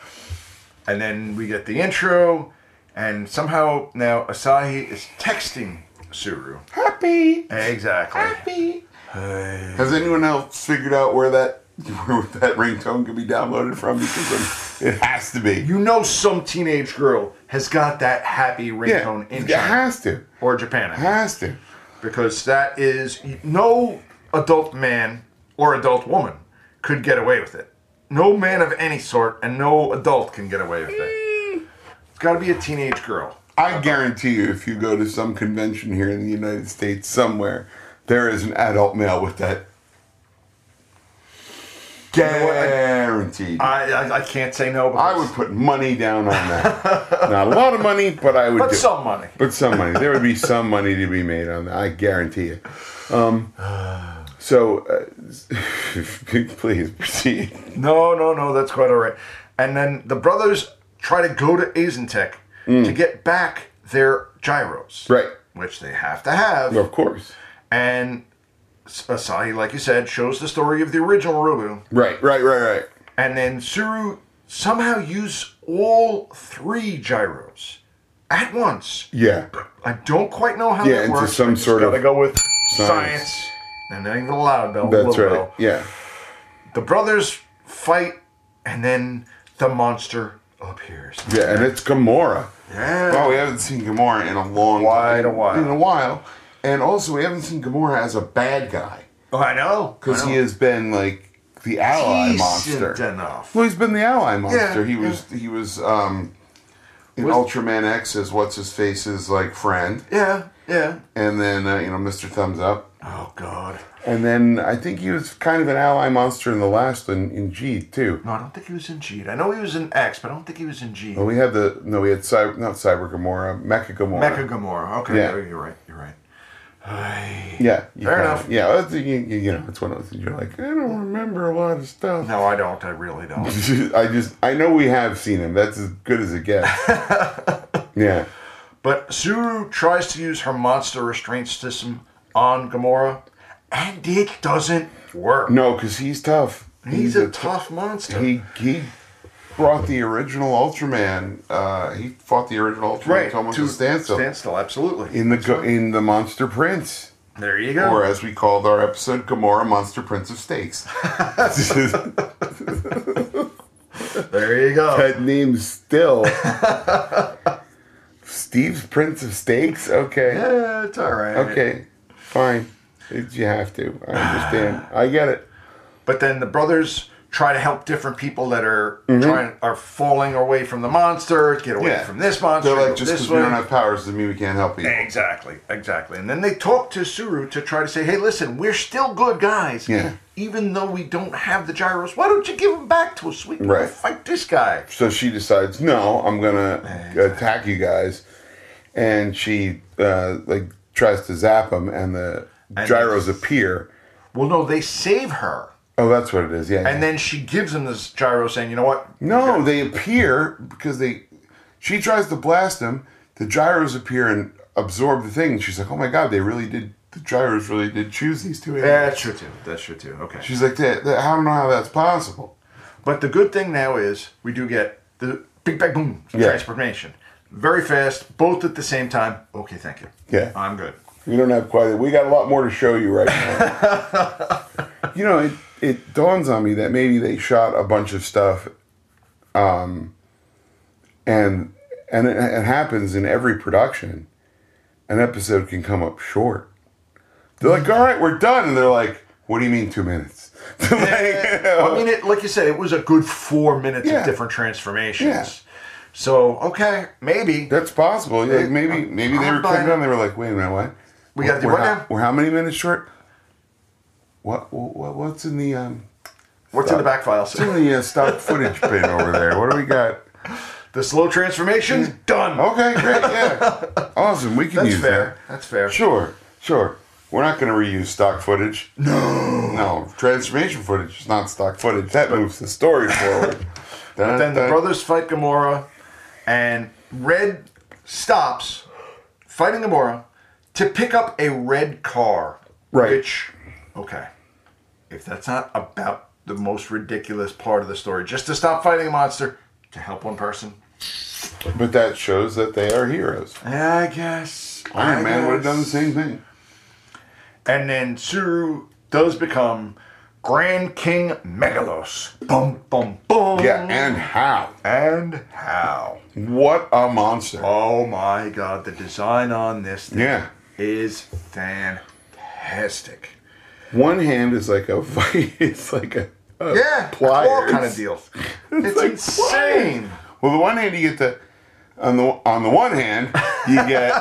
[SPEAKER 3] and then we get the intro, and somehow now Asahi is texting Suru.
[SPEAKER 2] Happy,
[SPEAKER 3] Exactly.
[SPEAKER 2] happy. Has anyone else figured out where that where that ringtone could be downloaded from? Because It has to be.
[SPEAKER 3] You know, some teenage girl has got that happy
[SPEAKER 2] yeah,
[SPEAKER 3] ringtone in
[SPEAKER 2] it
[SPEAKER 3] China
[SPEAKER 2] has to.
[SPEAKER 3] or Japan I mean,
[SPEAKER 2] Has to.
[SPEAKER 3] because that is no adult man or adult woman could get away with it. No man of any sort and no adult can get away with it. It's got to be a teenage girl.
[SPEAKER 2] I guarantee you, if you go to some convention here in the United States somewhere, there is an adult male with that.
[SPEAKER 3] know what? I-
[SPEAKER 2] Guaranteed. I,
[SPEAKER 3] I I, I can't say no.
[SPEAKER 2] would put money down on that. Not a lot of money, but I would.
[SPEAKER 3] but
[SPEAKER 2] do it.
[SPEAKER 3] some money.
[SPEAKER 2] But some money. There would be some money to be made on that. I guarantee it. Um, so, uh, please proceed.
[SPEAKER 3] No, no, no, that's quite all right. And then the brothers try to go to Azentech to get back their gyros,
[SPEAKER 2] Mm. Right.
[SPEAKER 3] Which they have to have.
[SPEAKER 2] Of course.
[SPEAKER 3] And Asahi, like you said, shows the story of the original Rubu,
[SPEAKER 2] Right, right, right, right.
[SPEAKER 3] and then Suru somehow used all three gyros at once.
[SPEAKER 2] Yeah.
[SPEAKER 3] I don't quite know how
[SPEAKER 2] Yeah,
[SPEAKER 3] that
[SPEAKER 2] into
[SPEAKER 3] works.
[SPEAKER 2] some
[SPEAKER 3] I just
[SPEAKER 2] sort
[SPEAKER 3] gotta
[SPEAKER 2] of
[SPEAKER 3] go with
[SPEAKER 2] science.
[SPEAKER 3] science. And that ain't even allowed though.
[SPEAKER 2] That's
[SPEAKER 3] little
[SPEAKER 2] right.
[SPEAKER 3] though.
[SPEAKER 2] Yeah.
[SPEAKER 3] The brothers fight, and then the monster appears.
[SPEAKER 2] Yeah, and it's Gamora.
[SPEAKER 3] Yeah.
[SPEAKER 2] Well, we haven't seen Gamora in a long
[SPEAKER 3] Quite
[SPEAKER 2] time.
[SPEAKER 3] a while.
[SPEAKER 2] In a while. And also, we haven't seen Gamora as a bad guy.
[SPEAKER 3] Oh, I know.
[SPEAKER 2] Because
[SPEAKER 3] I
[SPEAKER 2] he
[SPEAKER 3] know.
[SPEAKER 2] has been, like, the ally
[SPEAKER 3] Decent
[SPEAKER 2] monster.
[SPEAKER 3] enough.
[SPEAKER 2] Well, he's been the ally monster.
[SPEAKER 3] Yeah,
[SPEAKER 2] he was, he was, um, in
[SPEAKER 3] Was-
[SPEAKER 2] Ultraman X as what's his face's, like, friend.
[SPEAKER 3] Yeah, yeah.
[SPEAKER 2] And then, uh, you know, Mr. Thumbs Up.
[SPEAKER 3] Oh God.
[SPEAKER 2] And then I think he was kind of an ally monster in the last one, in G, too.
[SPEAKER 3] No, I don't think he was in G. I know he was in X, but I don't think he was in G.
[SPEAKER 2] Well, we had the, no, we had Cyber, not Cyber Gamora, Mecha Gamora.
[SPEAKER 3] Mecha Gamora. Okay,
[SPEAKER 2] Yeah.
[SPEAKER 3] you're right. You're right. Ay.
[SPEAKER 2] Yeah. you
[SPEAKER 3] Fair
[SPEAKER 2] kinda-
[SPEAKER 3] enough.
[SPEAKER 2] Yeah, that's, you, you you know, it's one of those things you're like, I don't remember a lot of stuff.
[SPEAKER 3] No, I don't. I really don't.
[SPEAKER 2] I just, I know we have seen him. That's as good as it gets. yeah.
[SPEAKER 3] But Suru tries to use her monster restraint system on Gamora, and it doesn't work.
[SPEAKER 2] No, because he's tough.
[SPEAKER 3] he's, a, tough monster.
[SPEAKER 2] He, he brought the original Ultraman, uh, he fought the original Ultraman to almost a standstill.
[SPEAKER 3] Standstill, absolutely.
[SPEAKER 2] in the go- in the Monster Prince,
[SPEAKER 3] there you go.
[SPEAKER 2] or as we called our episode, Gamora Monster Prince of Stakes.
[SPEAKER 3] There you go.
[SPEAKER 2] that name still. Steve's Prince of Steaks? Okay.
[SPEAKER 3] Yeah, it's all right.
[SPEAKER 2] Okay. Fine. It- You have to. I understand. I get it.
[SPEAKER 3] But then the brothers try to help different people that are
[SPEAKER 2] Mm-hmm.
[SPEAKER 3] trying are falling away from the monster, get away from this monster.
[SPEAKER 2] They're like,
[SPEAKER 3] go
[SPEAKER 2] just
[SPEAKER 3] this
[SPEAKER 2] because we don't
[SPEAKER 3] way."
[SPEAKER 2] have powers doesn't mean we can't help you.
[SPEAKER 3] Exactly, exactly. And then they talk to Suru to try to say, hey, listen, we're still good guys.
[SPEAKER 2] Yeah.
[SPEAKER 3] Even though we don't have the gyros, why don't you give them back to us? We can go
[SPEAKER 2] Right.
[SPEAKER 3] fight this guy.
[SPEAKER 2] So she decides, no, I'm going to attack you guys. And she, uh, like, tries to zap him, and the
[SPEAKER 3] And-
[SPEAKER 2] gyros appear.
[SPEAKER 3] Well, no, they save her.
[SPEAKER 2] Oh, that's what it is. Yeah. Mm.
[SPEAKER 3] And then she gives him this gyro saying, you know what?
[SPEAKER 2] No, they appear because they. She tries to blast him. The gyros appear and absorb the thing. And she's like, "Oh my god, they really did. The gyros really did choose these two animals."
[SPEAKER 3] That's true, too. That's true, too. Okay.
[SPEAKER 2] She's like, that, that, "I don't know how that's possible."
[SPEAKER 3] But the good thing now is we do get the big bang boom
[SPEAKER 2] Yeah.
[SPEAKER 3] transformation. Very fast, both at the same time. Okay, thank you.
[SPEAKER 2] Yeah.
[SPEAKER 3] I'm good.
[SPEAKER 2] We don't have quite. We got a lot more to show you right now. you know, it it dawns on me that maybe they shot a bunch of stuff, um, and and it, it happens in every production. An episode can come up short. They're like, "All right, we're done," and they're like, "What do you mean two minutes?" Like, you
[SPEAKER 3] I
[SPEAKER 2] know,
[SPEAKER 3] mean, it, like you said, it was a good four minutes
[SPEAKER 2] Uh, Yeah.
[SPEAKER 3] of different transformations.
[SPEAKER 2] Yeah.
[SPEAKER 3] So, okay, maybe.
[SPEAKER 2] that's possible. Like maybe maybe they
[SPEAKER 3] I'm
[SPEAKER 2] were cutting
[SPEAKER 3] buying-
[SPEAKER 2] down. They were like, "Wait a minute, what?
[SPEAKER 3] We gotta do
[SPEAKER 2] we're
[SPEAKER 3] what
[SPEAKER 2] how,
[SPEAKER 3] now?"
[SPEAKER 2] We're how many minutes short? What what what's in the um?"
[SPEAKER 3] What's in the back files?
[SPEAKER 2] It's in the uh, stock footage bin over there. What do we got?
[SPEAKER 3] The slow transformation, done.
[SPEAKER 2] Okay, great, yeah. Awesome, we can
[SPEAKER 3] That's
[SPEAKER 2] use
[SPEAKER 3] fair.
[SPEAKER 2] that.
[SPEAKER 3] That's fair.
[SPEAKER 2] Sure, sure. We're not going to reuse stock footage. No. No, transformation footage is not stock footage. That moves the story forward. but
[SPEAKER 3] Then the brothers fight Gamora, and Red stops fighting Gamora to pick up a red car.
[SPEAKER 2] Right.
[SPEAKER 3] Which, okay, if that's not about the most ridiculous part of the story, just to stop fighting a monster to help one person.
[SPEAKER 2] But that shows that they are heroes.
[SPEAKER 3] I guess. I
[SPEAKER 2] Iron Man would have
[SPEAKER 3] guess.
[SPEAKER 2] done the same thing.
[SPEAKER 3] And then Suru does become Grand King Megalos. Boom, boom, boom.
[SPEAKER 2] Yeah, and how?
[SPEAKER 3] And how?
[SPEAKER 2] What a monster.
[SPEAKER 3] Oh my god, the design on this thing
[SPEAKER 2] Yeah.
[SPEAKER 3] is fantastic.
[SPEAKER 2] One hand is like a vi- it's like a, a
[SPEAKER 3] Yeah, claw
[SPEAKER 2] pliers.
[SPEAKER 3] kind of deal. It's,
[SPEAKER 2] like
[SPEAKER 3] insane.
[SPEAKER 2] Well, the one hand you get the on the on the one hand you get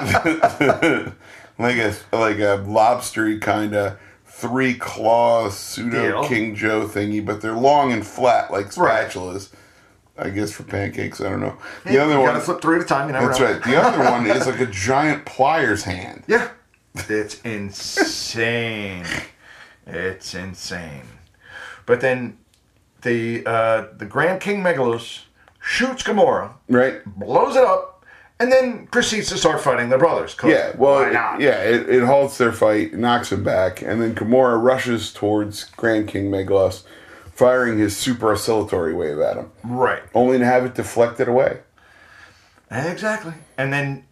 [SPEAKER 2] like a like a lobstery kind of three claw pseudo
[SPEAKER 3] Deal.
[SPEAKER 2] King Joe thingy, but they're long and flat like
[SPEAKER 3] Right.
[SPEAKER 2] spatulas. I guess for pancakes, I don't know. The other
[SPEAKER 3] you
[SPEAKER 2] one,
[SPEAKER 3] gotta flip three at a time. You never
[SPEAKER 2] that's
[SPEAKER 3] know.
[SPEAKER 2] right. The other one is like a giant pliers hand.
[SPEAKER 3] Yeah. It's insane. It's insane. But then the uh, the Grand King Megalos shoots Gamora,
[SPEAKER 2] Right?
[SPEAKER 3] blows it up, and then proceeds to start fighting the brothers. 'cause
[SPEAKER 2] Yeah, well,
[SPEAKER 3] why not?
[SPEAKER 2] it- yeah, it, it halts their fight, knocks him back, and then Gamora rushes towards Grand King Megalos, firing his super oscillatory wave at him,
[SPEAKER 3] Right.
[SPEAKER 2] only to have it deflected away.
[SPEAKER 3] Exactly. And then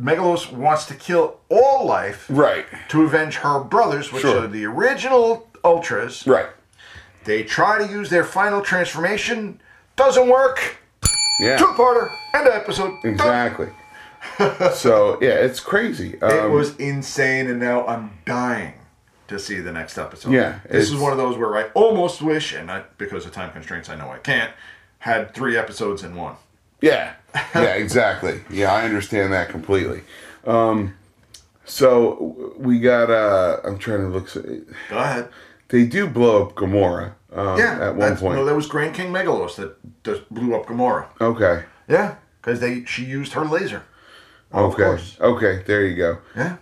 [SPEAKER 3] Megalos wants to kill all life
[SPEAKER 2] Right,
[SPEAKER 3] to avenge her brothers, which
[SPEAKER 2] Sure.
[SPEAKER 3] are the original Ultras.
[SPEAKER 2] right.
[SPEAKER 3] They try to use their final transformation, doesn't work.
[SPEAKER 2] Yeah,
[SPEAKER 3] Two-parter, end of episode. Done.
[SPEAKER 2] exactly. so, yeah, it's crazy. Um,
[SPEAKER 3] it was insane, and now I'm dying to see the next episode.
[SPEAKER 2] Yeah,
[SPEAKER 3] this is
[SPEAKER 2] it's-
[SPEAKER 3] one of those where I almost wish, and I, because of time constraints, I know I can't. Had three episodes in one.
[SPEAKER 2] Yeah. Yeah, exactly. Yeah, I understand that completely. Um, so w- we got. Uh, I'm trying to look. so-
[SPEAKER 3] Go ahead.
[SPEAKER 2] They do blow up Gamora. Um,
[SPEAKER 3] Yeah,
[SPEAKER 2] At one
[SPEAKER 3] that's-
[SPEAKER 2] point.
[SPEAKER 3] no, that was Grand King Megalos that just blew up Gamora.
[SPEAKER 2] okay.
[SPEAKER 3] Yeah, because they she used her laser. Oh, Of
[SPEAKER 2] Okay.
[SPEAKER 3] course.
[SPEAKER 2] Okay. There you go.
[SPEAKER 3] Yeah,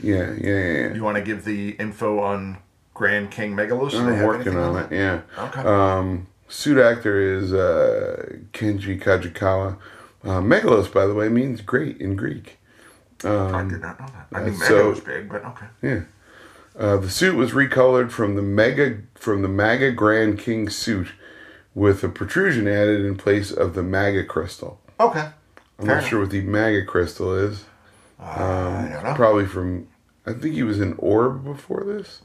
[SPEAKER 2] Yeah. Yeah. Yeah. yeah.
[SPEAKER 3] you want to give the info on Grand King Megalos? Do they
[SPEAKER 2] I'm
[SPEAKER 3] have
[SPEAKER 2] working
[SPEAKER 3] anything
[SPEAKER 2] on it. Yeah.
[SPEAKER 3] Okay.
[SPEAKER 2] Um, suit actor is uh, Kenji Kajikawa. Uh, Megalos, by the way, means great in Greek.
[SPEAKER 3] I did not know that. I mean,
[SPEAKER 2] uh, so-
[SPEAKER 3] Megalos was big, but okay.
[SPEAKER 2] Yeah. Uh, the suit was recolored from the mega from the MAGA Grand King suit, with a protrusion added in place of the MAGA crystal.
[SPEAKER 3] Okay.
[SPEAKER 2] I'm
[SPEAKER 3] Fair
[SPEAKER 2] not sure what the MAGA crystal is.
[SPEAKER 3] I don't know.
[SPEAKER 2] Probably from. I think he was in Orb before this.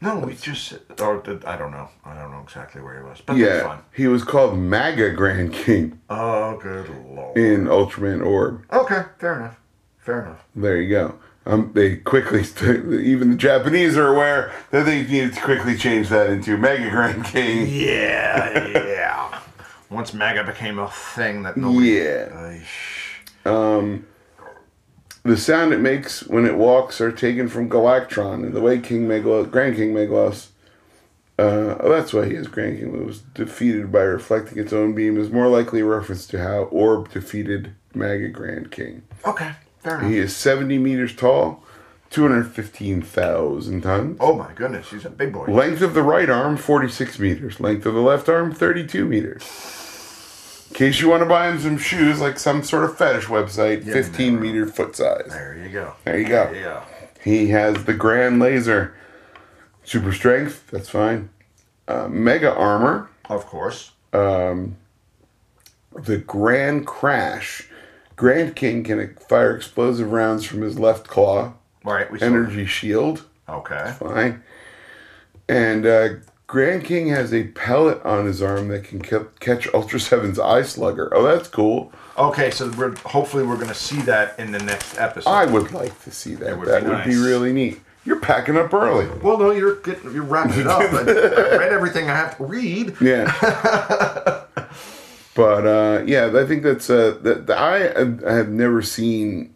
[SPEAKER 3] No, we just. Or did, I don't know. I don't know exactly where he was, but that's
[SPEAKER 2] Yeah,
[SPEAKER 3] fine.
[SPEAKER 2] he was called MAGA Grand King
[SPEAKER 3] Oh, good lord.
[SPEAKER 2] in Ultraman Orb.
[SPEAKER 3] Okay, fair enough. Fair enough.
[SPEAKER 2] There you go. Um, they quickly, even the Japanese are aware that they needed to quickly change that into Mega Grand King.
[SPEAKER 3] Yeah, yeah. Once MAGA became a thing that nobody.
[SPEAKER 2] Yeah.
[SPEAKER 3] Ay,
[SPEAKER 2] The sound it makes when it walks are taken from Galactron and the way King Megalos, Grand King Megalos, uh, oh, that's why he is Grand King, was defeated by reflecting its own beam, is more likely a reference to how Orb defeated Mega Grand King.
[SPEAKER 3] okay, fair enough.
[SPEAKER 2] He is 70 meters tall, 215,000 tons.
[SPEAKER 3] Oh my goodness, he's a big boy.
[SPEAKER 2] Length of the right arm, 46 meters. Length of the left arm, 32 meters. In case you want to buy him some shoes, like some sort of fetish website, 15 meter foot size.
[SPEAKER 3] There you go.
[SPEAKER 2] There you go.
[SPEAKER 3] There you go.
[SPEAKER 2] He has the Grand Laser. Super strength, that's fine. Uh, mega armor,
[SPEAKER 3] Of course.
[SPEAKER 2] the Grand Crash. Grand King can fire explosive rounds from his left claw.
[SPEAKER 3] All right, we saw
[SPEAKER 2] Energy shield.
[SPEAKER 3] that. Okay.
[SPEAKER 2] fine. And uh, Grand King has a pellet on his arm that can ca- catch Ultra Seven's Eye Slugger. Oh, that's cool.
[SPEAKER 3] Okay, so we're hopefully we're gonna see that in the next episode.
[SPEAKER 2] I would like to see that.
[SPEAKER 3] would
[SPEAKER 2] that
[SPEAKER 3] be
[SPEAKER 2] would be
[SPEAKER 3] nice.
[SPEAKER 2] really neat. You're packing up early.
[SPEAKER 3] well, no, you're getting you're wrapping it up. I, I read everything I have to read.
[SPEAKER 2] Yeah. but uh, yeah, I think that's uh, that. The, I I have never seen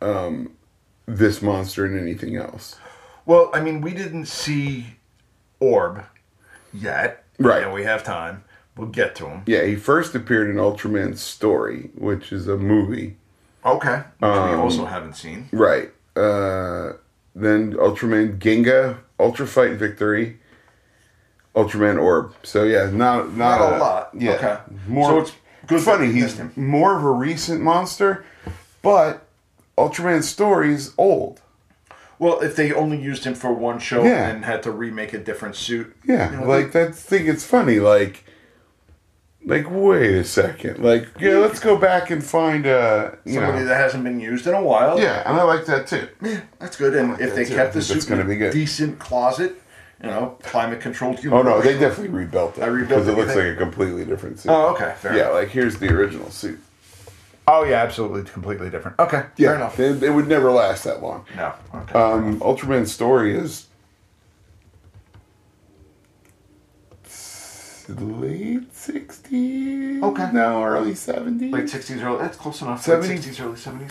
[SPEAKER 2] um, this monster in anything else.
[SPEAKER 3] Well, I mean, we didn't see Orb yet.
[SPEAKER 2] Right.
[SPEAKER 3] And we have time. We'll get to him.
[SPEAKER 2] Yeah, he first appeared in Ultraman's Story, which is a movie.
[SPEAKER 3] Okay. Which we also
[SPEAKER 2] Um,
[SPEAKER 3] haven't seen.
[SPEAKER 2] Right. Uh, then Ultraman Ginga, Ultra Fight Victory, Ultraman Orb. So yeah, not not,
[SPEAKER 3] Not a lot.
[SPEAKER 2] Yeah,
[SPEAKER 3] Okay.
[SPEAKER 2] more.
[SPEAKER 3] So it's good that
[SPEAKER 2] funny.
[SPEAKER 3] we
[SPEAKER 2] He's
[SPEAKER 3] missed him.
[SPEAKER 2] more of a recent monster, but Ultraman stories old.
[SPEAKER 3] Well, if they only used him for one show
[SPEAKER 2] Yeah.
[SPEAKER 3] and had to remake a different suit.
[SPEAKER 2] Yeah,
[SPEAKER 3] you know,
[SPEAKER 2] like that thing. It's funny. Like, like wait a second. Like yeah, let's go back and find uh you
[SPEAKER 3] somebody
[SPEAKER 2] know.
[SPEAKER 3] that hasn't been used in a while.
[SPEAKER 2] yeah, and I like that too.
[SPEAKER 3] Yeah, that's good. And if
[SPEAKER 2] that
[SPEAKER 3] they
[SPEAKER 2] too. I
[SPEAKER 3] kept the
[SPEAKER 2] think
[SPEAKER 3] suit
[SPEAKER 2] that's gonna
[SPEAKER 3] in
[SPEAKER 2] be
[SPEAKER 3] a
[SPEAKER 2] good.
[SPEAKER 3] decent closet you know, climate controlled human.
[SPEAKER 2] Oh no, they
[SPEAKER 3] race.
[SPEAKER 2] definitely rebuilt it.
[SPEAKER 3] I rebuilt
[SPEAKER 2] because it
[SPEAKER 3] it,
[SPEAKER 2] looks
[SPEAKER 3] you
[SPEAKER 2] like
[SPEAKER 3] think?
[SPEAKER 2] a completely different suit.
[SPEAKER 3] Oh, okay, fair.
[SPEAKER 2] yeah,
[SPEAKER 3] Yeah.
[SPEAKER 2] like here's the original suit.
[SPEAKER 3] Oh, yeah, absolutely, completely different. Okay,
[SPEAKER 2] Yeah,
[SPEAKER 3] fair enough.
[SPEAKER 2] It, it would never last that long.
[SPEAKER 3] No, okay.
[SPEAKER 2] Um, Ultraman's story is late sixties.
[SPEAKER 3] Okay.
[SPEAKER 2] No, early seventies.
[SPEAKER 3] Late sixties, early. That's close enough.
[SPEAKER 2] Seventy-
[SPEAKER 3] Late sixties, early seventies.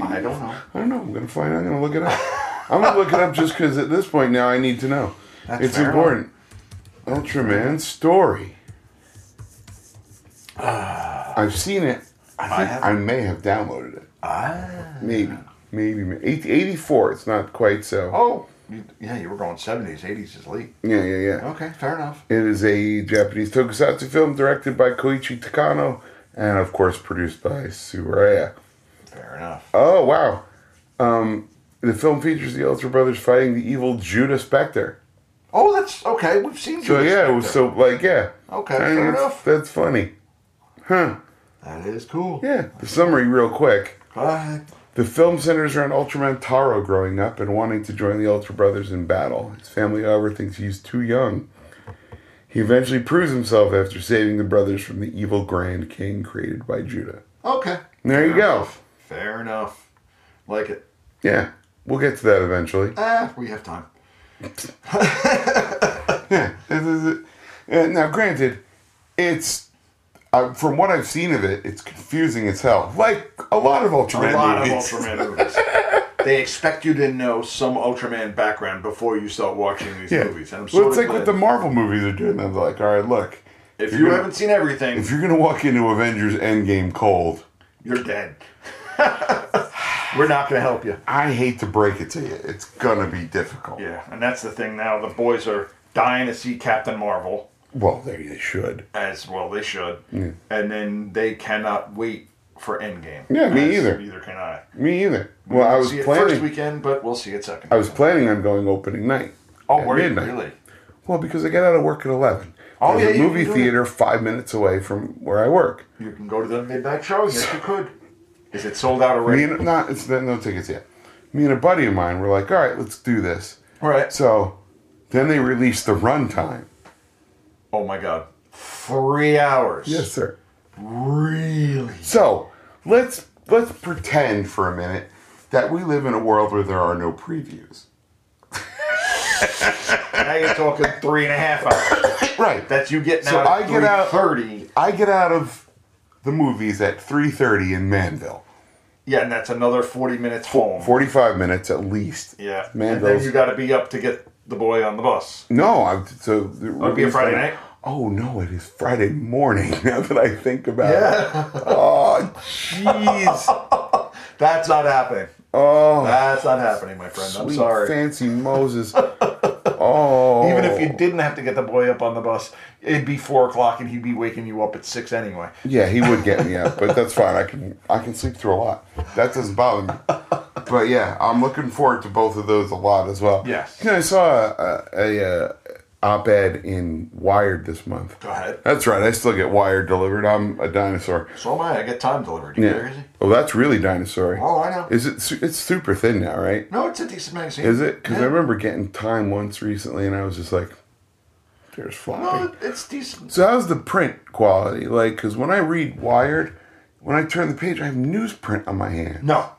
[SPEAKER 3] I
[SPEAKER 2] I
[SPEAKER 3] don't know.
[SPEAKER 2] I don't know. I'm gonna find. I'm gonna look it up. I'm gonna look it up just because at this point now I need to know.
[SPEAKER 3] That's
[SPEAKER 2] it's
[SPEAKER 3] fair enough.
[SPEAKER 2] important. Ultraman's story. I've seen it. I
[SPEAKER 3] Ah. I
[SPEAKER 2] think
[SPEAKER 3] haven't.
[SPEAKER 2] I may have downloaded it.
[SPEAKER 3] Ah.
[SPEAKER 2] Maybe. Maybe. maybe. 80, 84. It's not quite so.
[SPEAKER 3] Oh, you, yeah, you were going seventies, eighties is late.
[SPEAKER 2] Yeah, yeah, yeah.
[SPEAKER 3] Okay, fair enough.
[SPEAKER 2] It is a Japanese tokusatsu film directed by Koichi Takano and, of course, produced by Suraya.
[SPEAKER 3] Fair enough.
[SPEAKER 2] Oh, wow. Um, the film features the Ultra Brothers fighting the evil Judah Spectre.
[SPEAKER 3] Oh, that's okay. We've seen.
[SPEAKER 2] So,
[SPEAKER 3] Judas
[SPEAKER 2] yeah, it was
[SPEAKER 3] Spectre.
[SPEAKER 2] so, like, yeah.
[SPEAKER 3] Okay,
[SPEAKER 2] I mean,
[SPEAKER 3] fair
[SPEAKER 2] that's-
[SPEAKER 3] enough.
[SPEAKER 2] That's funny. Huh.
[SPEAKER 3] That is cool.
[SPEAKER 2] Yeah. The summary, real quick.
[SPEAKER 3] Alright.
[SPEAKER 2] The film centers around Ultraman Taro growing up and wanting to join the Ultra Brothers in battle. His family, however, thinks he's too young. He eventually proves himself after saving the brothers from the evil Grand King created by Judah.
[SPEAKER 3] Okay.
[SPEAKER 2] There you go.
[SPEAKER 3] Fair enough. Like it.
[SPEAKER 2] Yeah, we'll get to that eventually.
[SPEAKER 3] Ah, we have time.
[SPEAKER 2] This is it. Uh, Now, granted, it's uh, from what I've seen of it, it's confusing as hell. Like a lot of
[SPEAKER 3] A
[SPEAKER 2] Ultraman
[SPEAKER 3] lot
[SPEAKER 2] movies.
[SPEAKER 3] of Ultraman movies. They expect you to know some Ultraman background before you start watching these
[SPEAKER 2] yeah.
[SPEAKER 3] movies. And I'm
[SPEAKER 2] well,
[SPEAKER 3] sort
[SPEAKER 2] it's
[SPEAKER 3] of
[SPEAKER 2] like what
[SPEAKER 3] glad-
[SPEAKER 2] the Marvel movies are doing. They're like, all right, look.
[SPEAKER 3] If
[SPEAKER 2] you're
[SPEAKER 3] you
[SPEAKER 2] gonna-
[SPEAKER 3] haven't seen everything,
[SPEAKER 2] If you're gonna walk into Avengers Endgame cold,
[SPEAKER 3] you're dead. We're not going to help you.
[SPEAKER 2] I hate to break it to you, it's gonna be difficult.
[SPEAKER 3] Yeah, and that's the thing now. The boys are dying to see Captain Marvel,
[SPEAKER 2] Well, they, they should.
[SPEAKER 3] as well they should. And then they cannot wait for Endgame.
[SPEAKER 2] Yeah, me
[SPEAKER 3] As
[SPEAKER 2] either.
[SPEAKER 3] Neither can I.
[SPEAKER 2] Me either. Well, I was
[SPEAKER 3] see it first
[SPEAKER 2] planning.
[SPEAKER 3] weekend, but we'll see it second.
[SPEAKER 2] I was planning on going opening night.
[SPEAKER 3] Oh,
[SPEAKER 2] at
[SPEAKER 3] were you
[SPEAKER 2] midnight.
[SPEAKER 3] really?
[SPEAKER 2] Well, because I got out of work at eleven.
[SPEAKER 3] Oh,
[SPEAKER 2] There's
[SPEAKER 3] yeah,
[SPEAKER 2] a
[SPEAKER 3] you
[SPEAKER 2] movie
[SPEAKER 3] can do it.
[SPEAKER 2] theater five minutes away from where I work.
[SPEAKER 3] You can go to the midnight show. Yes, you could. Is it sold out already?
[SPEAKER 2] Me and not it's no no tickets yet. Me and a buddy of mine were like, all right, let's do this.
[SPEAKER 3] All right.
[SPEAKER 2] So then they released the runtime.
[SPEAKER 3] oh my God, three hours.
[SPEAKER 2] Yes, sir.
[SPEAKER 3] Really?
[SPEAKER 2] So let's let's pretend for a minute that we live in a world where there are no previews.
[SPEAKER 3] now you're talking three and a half hours.
[SPEAKER 2] Right.
[SPEAKER 3] That's you getting
[SPEAKER 2] So
[SPEAKER 3] out.
[SPEAKER 2] I
[SPEAKER 3] at
[SPEAKER 2] get out-
[SPEAKER 3] thirty.
[SPEAKER 2] I get out of the movies at three thirty in Manville.
[SPEAKER 3] Yeah, and that's another forty minutes home.
[SPEAKER 2] Forty five minutes at least.
[SPEAKER 3] Yeah, and then
[SPEAKER 2] Manville's
[SPEAKER 3] you got to be up to get the boy on the bus.
[SPEAKER 2] No, I'm so
[SPEAKER 3] It'll be a Friday night.
[SPEAKER 2] Oh no, it is Friday morning. Now that I think about
[SPEAKER 3] Yeah,
[SPEAKER 2] it, oh jeez,
[SPEAKER 3] that's not happening.
[SPEAKER 2] oh
[SPEAKER 3] That's not happening, my friend. I'm
[SPEAKER 2] sweet
[SPEAKER 3] sorry.
[SPEAKER 2] fancy Moses. Oh,
[SPEAKER 3] Even if you didn't have to get the boy up on the bus, it'd be four o'clock, and he'd be waking you up at six anyway.
[SPEAKER 2] yeah, he would get me up, but that's fine. I can I can sleep through a lot. That doesn't bother me. But yeah, I'm looking forward to both of those a lot as well.
[SPEAKER 3] Yes.
[SPEAKER 2] you know, I saw a, a, a uh, op-ed in Wired this month.
[SPEAKER 3] Go ahead.
[SPEAKER 2] That's right. I still get Wired delivered. I'm a dinosaur.
[SPEAKER 3] So am I. I get time delivered. You crazy?
[SPEAKER 2] Oh, that's really dinosaur.
[SPEAKER 3] Oh, I know.
[SPEAKER 2] Is it? su- It's super thin now, right?
[SPEAKER 3] no, it's a decent magazine.
[SPEAKER 2] Is it? Because I
[SPEAKER 3] Yeah.
[SPEAKER 2] remember getting Time once recently, and I was just like, "There's floppy."
[SPEAKER 3] No, it's decent.
[SPEAKER 2] So how's the print quality? Like, because when I read Wired, when I turn the page, I have newsprint on my hand.
[SPEAKER 3] No,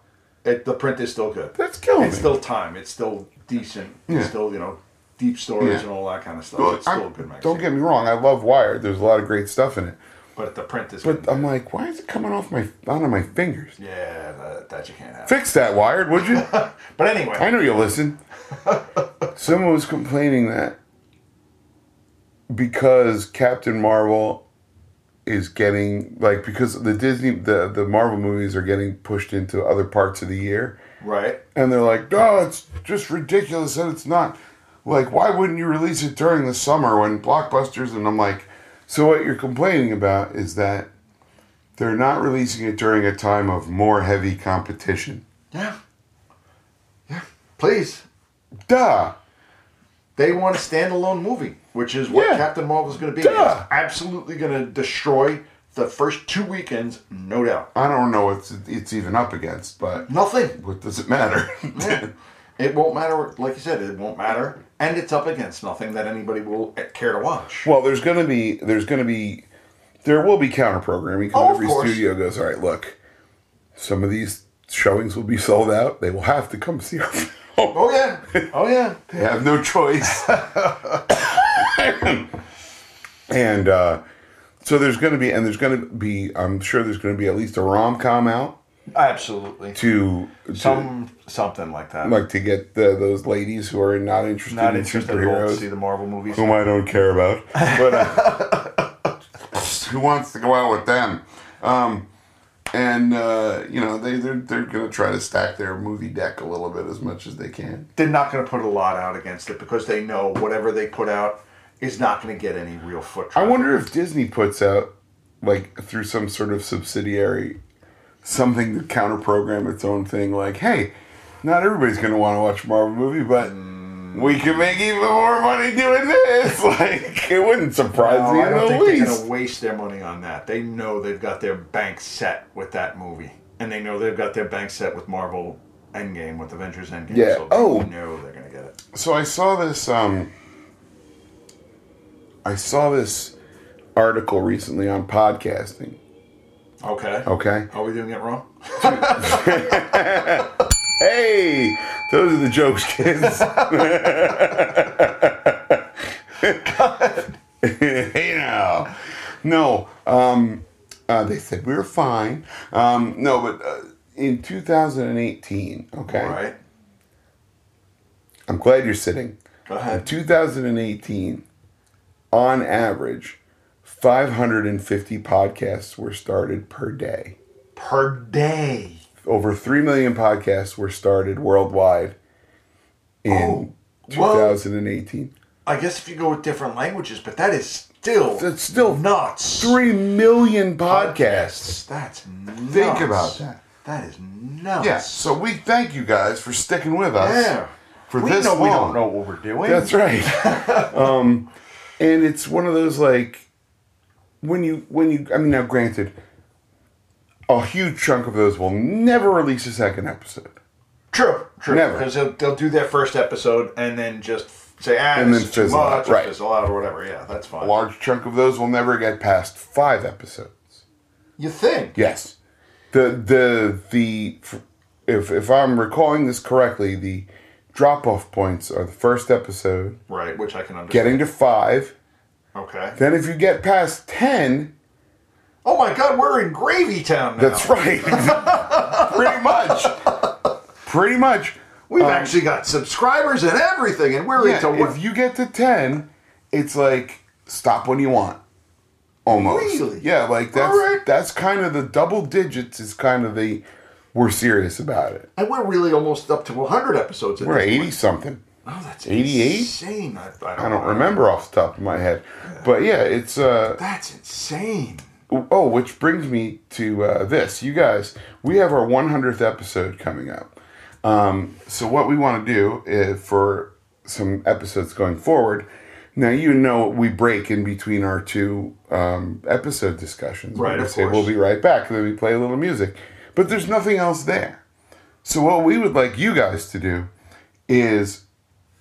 [SPEAKER 3] it, the print is still good.
[SPEAKER 2] That's killing
[SPEAKER 3] It's
[SPEAKER 2] me.
[SPEAKER 3] still time. It's still decent.
[SPEAKER 2] Yeah.
[SPEAKER 3] It's still you know deep stories
[SPEAKER 2] Yeah.
[SPEAKER 3] and all that kind of stuff.
[SPEAKER 2] Well,
[SPEAKER 3] it's still
[SPEAKER 2] I-
[SPEAKER 3] a good magazine.
[SPEAKER 2] Don't get me wrong. I love Wired. There's a lot of great stuff in it.
[SPEAKER 3] but the print is.
[SPEAKER 2] But uh,
[SPEAKER 3] good.
[SPEAKER 2] I'm like, why is it coming off my onto my fingers?
[SPEAKER 3] yeah, that, that you can't have.
[SPEAKER 2] Fix that, Wired, would you?
[SPEAKER 3] But anyway,
[SPEAKER 2] I know you listen. Someone was complaining that because Captain Marvel is getting like because the Disney the the Marvel movies are getting pushed into other parts of the year,
[SPEAKER 3] right?
[SPEAKER 2] and they're like, "Oh, it's just ridiculous that it's not." Like, why wouldn't you release it during the summer when blockbusters? And I'm like, so what you're complaining about is that they're not releasing it during a time of more heavy competition.
[SPEAKER 3] Yeah. Yeah. Please.
[SPEAKER 2] Duh.
[SPEAKER 3] They want a standalone movie, which is what
[SPEAKER 2] Yeah.
[SPEAKER 3] Captain Marvel is going to be.
[SPEAKER 2] Duh.
[SPEAKER 3] It's absolutely going to destroy the first two weekends, no doubt.
[SPEAKER 2] I don't know what it's even up against, but
[SPEAKER 3] Nothing.
[SPEAKER 2] what does it matter?
[SPEAKER 3] Yeah. It won't matter. Like you said, it won't matter, and it's up against nothing that anybody will care to watch.
[SPEAKER 2] Well, there's gonna be there's gonna be there will be counter programming because
[SPEAKER 3] Oh, of
[SPEAKER 2] every
[SPEAKER 3] course.
[SPEAKER 2] studio goes, all right, look, some of these showings will be sold out. They will have to come see our film.
[SPEAKER 3] Oh yeah, oh yeah.
[SPEAKER 2] They have no choice. and uh, so there's going to be, and there's going to be, I'm sure there's going to be at least a rom com out
[SPEAKER 3] Absolutely.
[SPEAKER 2] to, to
[SPEAKER 3] Some something like that.
[SPEAKER 2] like to get the, those ladies who are not interested
[SPEAKER 3] Not
[SPEAKER 2] in
[SPEAKER 3] interested in going to see
[SPEAKER 2] superheroes,
[SPEAKER 3] the Marvel movies.
[SPEAKER 2] whom I don't care about, but uh, who wants to go out with them? Um, and uh, you know they they're, they're going to try to stack their movie deck a little bit as much as they can.
[SPEAKER 3] They're not going to put a lot out against it because they know whatever they put out is not going to get any real foot.
[SPEAKER 2] I
[SPEAKER 3] Traffic.
[SPEAKER 2] wonder if Disney puts out, like, through some sort of subsidiary, something to counter program its own thing. Like, hey, not everybody's going to want to watch a Marvel movie, but
[SPEAKER 3] Mm.
[SPEAKER 2] we can make even more money doing this. Like, it wouldn't surprise
[SPEAKER 3] No,
[SPEAKER 2] me
[SPEAKER 3] I don't
[SPEAKER 2] in
[SPEAKER 3] think
[SPEAKER 2] the
[SPEAKER 3] they're going
[SPEAKER 2] least.
[SPEAKER 3] to waste their money on that. They know they've got their bank set with that movie, and they know they've got their bank set with Marvel Endgame, with Avengers Endgame.
[SPEAKER 2] Yeah.
[SPEAKER 3] So they
[SPEAKER 2] Oh.
[SPEAKER 3] know they're going to get it.
[SPEAKER 2] So I saw this. Um, I saw this article recently on podcasting.
[SPEAKER 3] Okay.
[SPEAKER 2] Okay.
[SPEAKER 3] Are we doing it wrong?
[SPEAKER 2] Hey, those are the jokes, kids. hey now, no. Um, uh, they said we were fine. Um, no, but uh, in 2018, okay.
[SPEAKER 3] All right.
[SPEAKER 2] I'm glad you're sitting. Uh,
[SPEAKER 3] Go
[SPEAKER 2] In
[SPEAKER 3] ahead.
[SPEAKER 2] 2018, on average, 550 podcasts were started per day.
[SPEAKER 3] Per day.
[SPEAKER 2] Over three million podcasts were started worldwide in
[SPEAKER 3] Oh, whoa.
[SPEAKER 2] 2018.
[SPEAKER 3] I guess if you go with different languages, but that is still
[SPEAKER 2] That's still
[SPEAKER 3] nuts.
[SPEAKER 2] Three million podcasts.
[SPEAKER 3] That's nuts.
[SPEAKER 2] Think about that.
[SPEAKER 3] That is nuts.
[SPEAKER 2] Yeah, so we thank you guys for sticking with us
[SPEAKER 3] Yeah.
[SPEAKER 2] for
[SPEAKER 3] we
[SPEAKER 2] this
[SPEAKER 3] know
[SPEAKER 2] long.
[SPEAKER 3] we don't know what we're doing.
[SPEAKER 2] That's right. um, and it's one of those like when you when you I mean now granted, a huge chunk of those will never release a second episode.
[SPEAKER 3] True, true.
[SPEAKER 2] Never.
[SPEAKER 3] Because they'll, they'll do their first episode and then just say, ah,
[SPEAKER 2] And
[SPEAKER 3] this
[SPEAKER 2] then
[SPEAKER 3] is too
[SPEAKER 2] fizzle out,
[SPEAKER 3] much, or
[SPEAKER 2] right.
[SPEAKER 3] fizzle out, or whatever. Yeah, that's
[SPEAKER 2] A
[SPEAKER 3] fine.
[SPEAKER 2] large chunk of those will never get past five episodes.
[SPEAKER 3] You think?
[SPEAKER 2] Yes. The the the if if I'm recalling this correctly, the drop off points are the first episode,
[SPEAKER 3] Right, which I can understand.
[SPEAKER 2] getting to five.
[SPEAKER 3] Okay.
[SPEAKER 2] Then if you get past ten,
[SPEAKER 3] Oh my God, we're in Gravy Town now.
[SPEAKER 2] that's right. Pretty much. Pretty much.
[SPEAKER 3] We've actually got subscribers and everything, and we're into
[SPEAKER 2] Um, Yeah,
[SPEAKER 3] what?
[SPEAKER 2] if you get to ten, it's like stop when you want. Almost.
[SPEAKER 3] Really?
[SPEAKER 2] Yeah, like that's
[SPEAKER 3] All right.
[SPEAKER 2] that's kind of the double digits is kind of the we're serious about it.
[SPEAKER 3] and we're really almost up to 100 episodes. At
[SPEAKER 2] We're
[SPEAKER 3] this
[SPEAKER 2] eighty
[SPEAKER 3] point.
[SPEAKER 2] something.
[SPEAKER 3] Oh, that's
[SPEAKER 2] 88?
[SPEAKER 3] insane. I, I, don't
[SPEAKER 2] I don't
[SPEAKER 3] know.
[SPEAKER 2] remember off the top of my head. But yeah, it's uh
[SPEAKER 3] That's insane.
[SPEAKER 2] Oh, which brings me to uh, this. You guys, we have our 100th episode coming up. Um, so, what we want to do is for some episodes going forward, now you know we break in between our two um, episode discussions.
[SPEAKER 3] Right,
[SPEAKER 2] We
[SPEAKER 3] of
[SPEAKER 2] say
[SPEAKER 3] course.
[SPEAKER 2] we'll be right back, and then we play a little music. But there's nothing else there. So, what we would like you guys to do is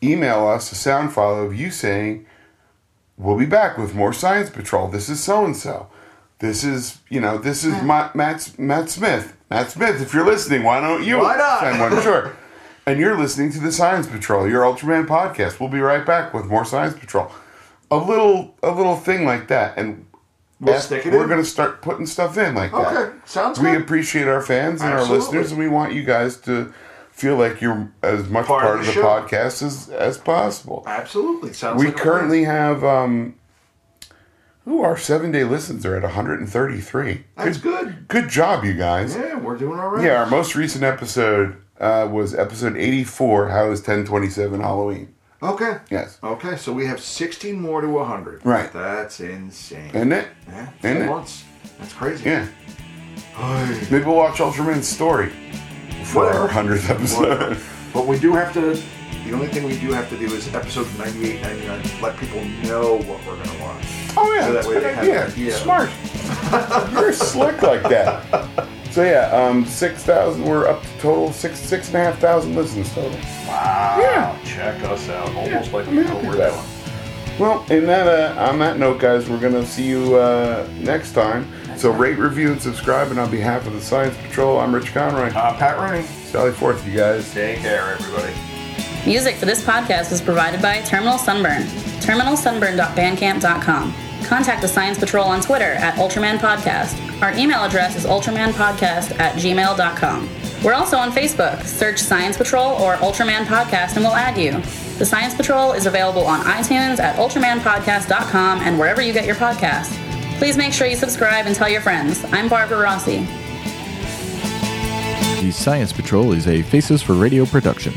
[SPEAKER 2] email us a sound file of you saying, We'll be back with more Science Patrol. This is so and so. This is, you know, this is Ma- Matt, Matt Smith. Matt Smith, if you're listening, why don't you
[SPEAKER 3] Why not?
[SPEAKER 2] send one? Sure. And you're listening to the Science Patrol, your Ultraman podcast. We'll be right back with more Science Patrol. A little, a little thing like that, and
[SPEAKER 3] We'll
[SPEAKER 2] af-
[SPEAKER 3] stick it
[SPEAKER 2] we're
[SPEAKER 3] in.
[SPEAKER 2] gonna start putting stuff in like that.
[SPEAKER 3] Okay, sounds
[SPEAKER 2] We
[SPEAKER 3] good.
[SPEAKER 2] appreciate our fans and
[SPEAKER 3] Absolutely.
[SPEAKER 2] our listeners, and we want you guys to feel like you're as much part, of the
[SPEAKER 3] show.
[SPEAKER 2] podcast as as possible.
[SPEAKER 3] Absolutely. Sounds
[SPEAKER 2] We
[SPEAKER 3] like a plan.
[SPEAKER 2] currently have um who our seven day listens are at 133.
[SPEAKER 3] That's good.
[SPEAKER 2] Good job, you guys.
[SPEAKER 3] Yeah, we're doing all right.
[SPEAKER 2] Yeah, our most recent episode uh, was episode 84, How is 1027 Halloween?
[SPEAKER 3] Okay.
[SPEAKER 2] Yes.
[SPEAKER 3] Okay, so we have 16 more to 100.
[SPEAKER 2] Right.
[SPEAKER 3] That's insane.
[SPEAKER 2] Isn't it?
[SPEAKER 3] yeah,
[SPEAKER 2] isn't
[SPEAKER 3] four
[SPEAKER 2] it?
[SPEAKER 3] months. That's crazy.
[SPEAKER 2] Yeah.
[SPEAKER 3] Ay,
[SPEAKER 2] Maybe we'll watch Ultraman's story for
[SPEAKER 3] Whatever.
[SPEAKER 2] our 100th episode.
[SPEAKER 3] But we do have to, the only thing we do have to do is episode 98, 99, let people know what we're going to watch.
[SPEAKER 2] Oh, yeah,
[SPEAKER 3] So that
[SPEAKER 2] that's a
[SPEAKER 3] way
[SPEAKER 2] good
[SPEAKER 3] they have
[SPEAKER 2] idea.
[SPEAKER 3] an idea.
[SPEAKER 2] Smart. You're slick like that. So So yeah, um, six thousand. We're up to total six six and a half thousand listens total.
[SPEAKER 3] Wow.
[SPEAKER 2] Yeah.
[SPEAKER 3] Check us out. Almost like
[SPEAKER 2] I'm
[SPEAKER 3] we know
[SPEAKER 2] happy
[SPEAKER 3] we're
[SPEAKER 2] with that
[SPEAKER 3] doing.
[SPEAKER 2] Well, in that uh, on that note, guys, we're gonna see you uh, next time. So rate, review, and subscribe. And on behalf of the Science Patrol, I'm Rich Conroy.
[SPEAKER 3] Uh, Pat Rooney.
[SPEAKER 2] Sally Forth, you guys.
[SPEAKER 3] Take care, everybody.
[SPEAKER 1] Music for this podcast was provided by Terminal Sunburn. TerminalSunburn.bandcamp.com. Contact the Science Patrol on Twitter at Ultraman Podcast. Our email address is ultramanpodcast at gmail.com. We're also on Facebook. Search Science Patrol or Ultraman Podcast and we'll add you. The Science Patrol is available on iTunes at ultramanpodcast.com and wherever you get your podcasts. Please make sure you subscribe and tell your friends. I'm Barbara Rossi.
[SPEAKER 4] The Science Patrol is a Faces for Radio production.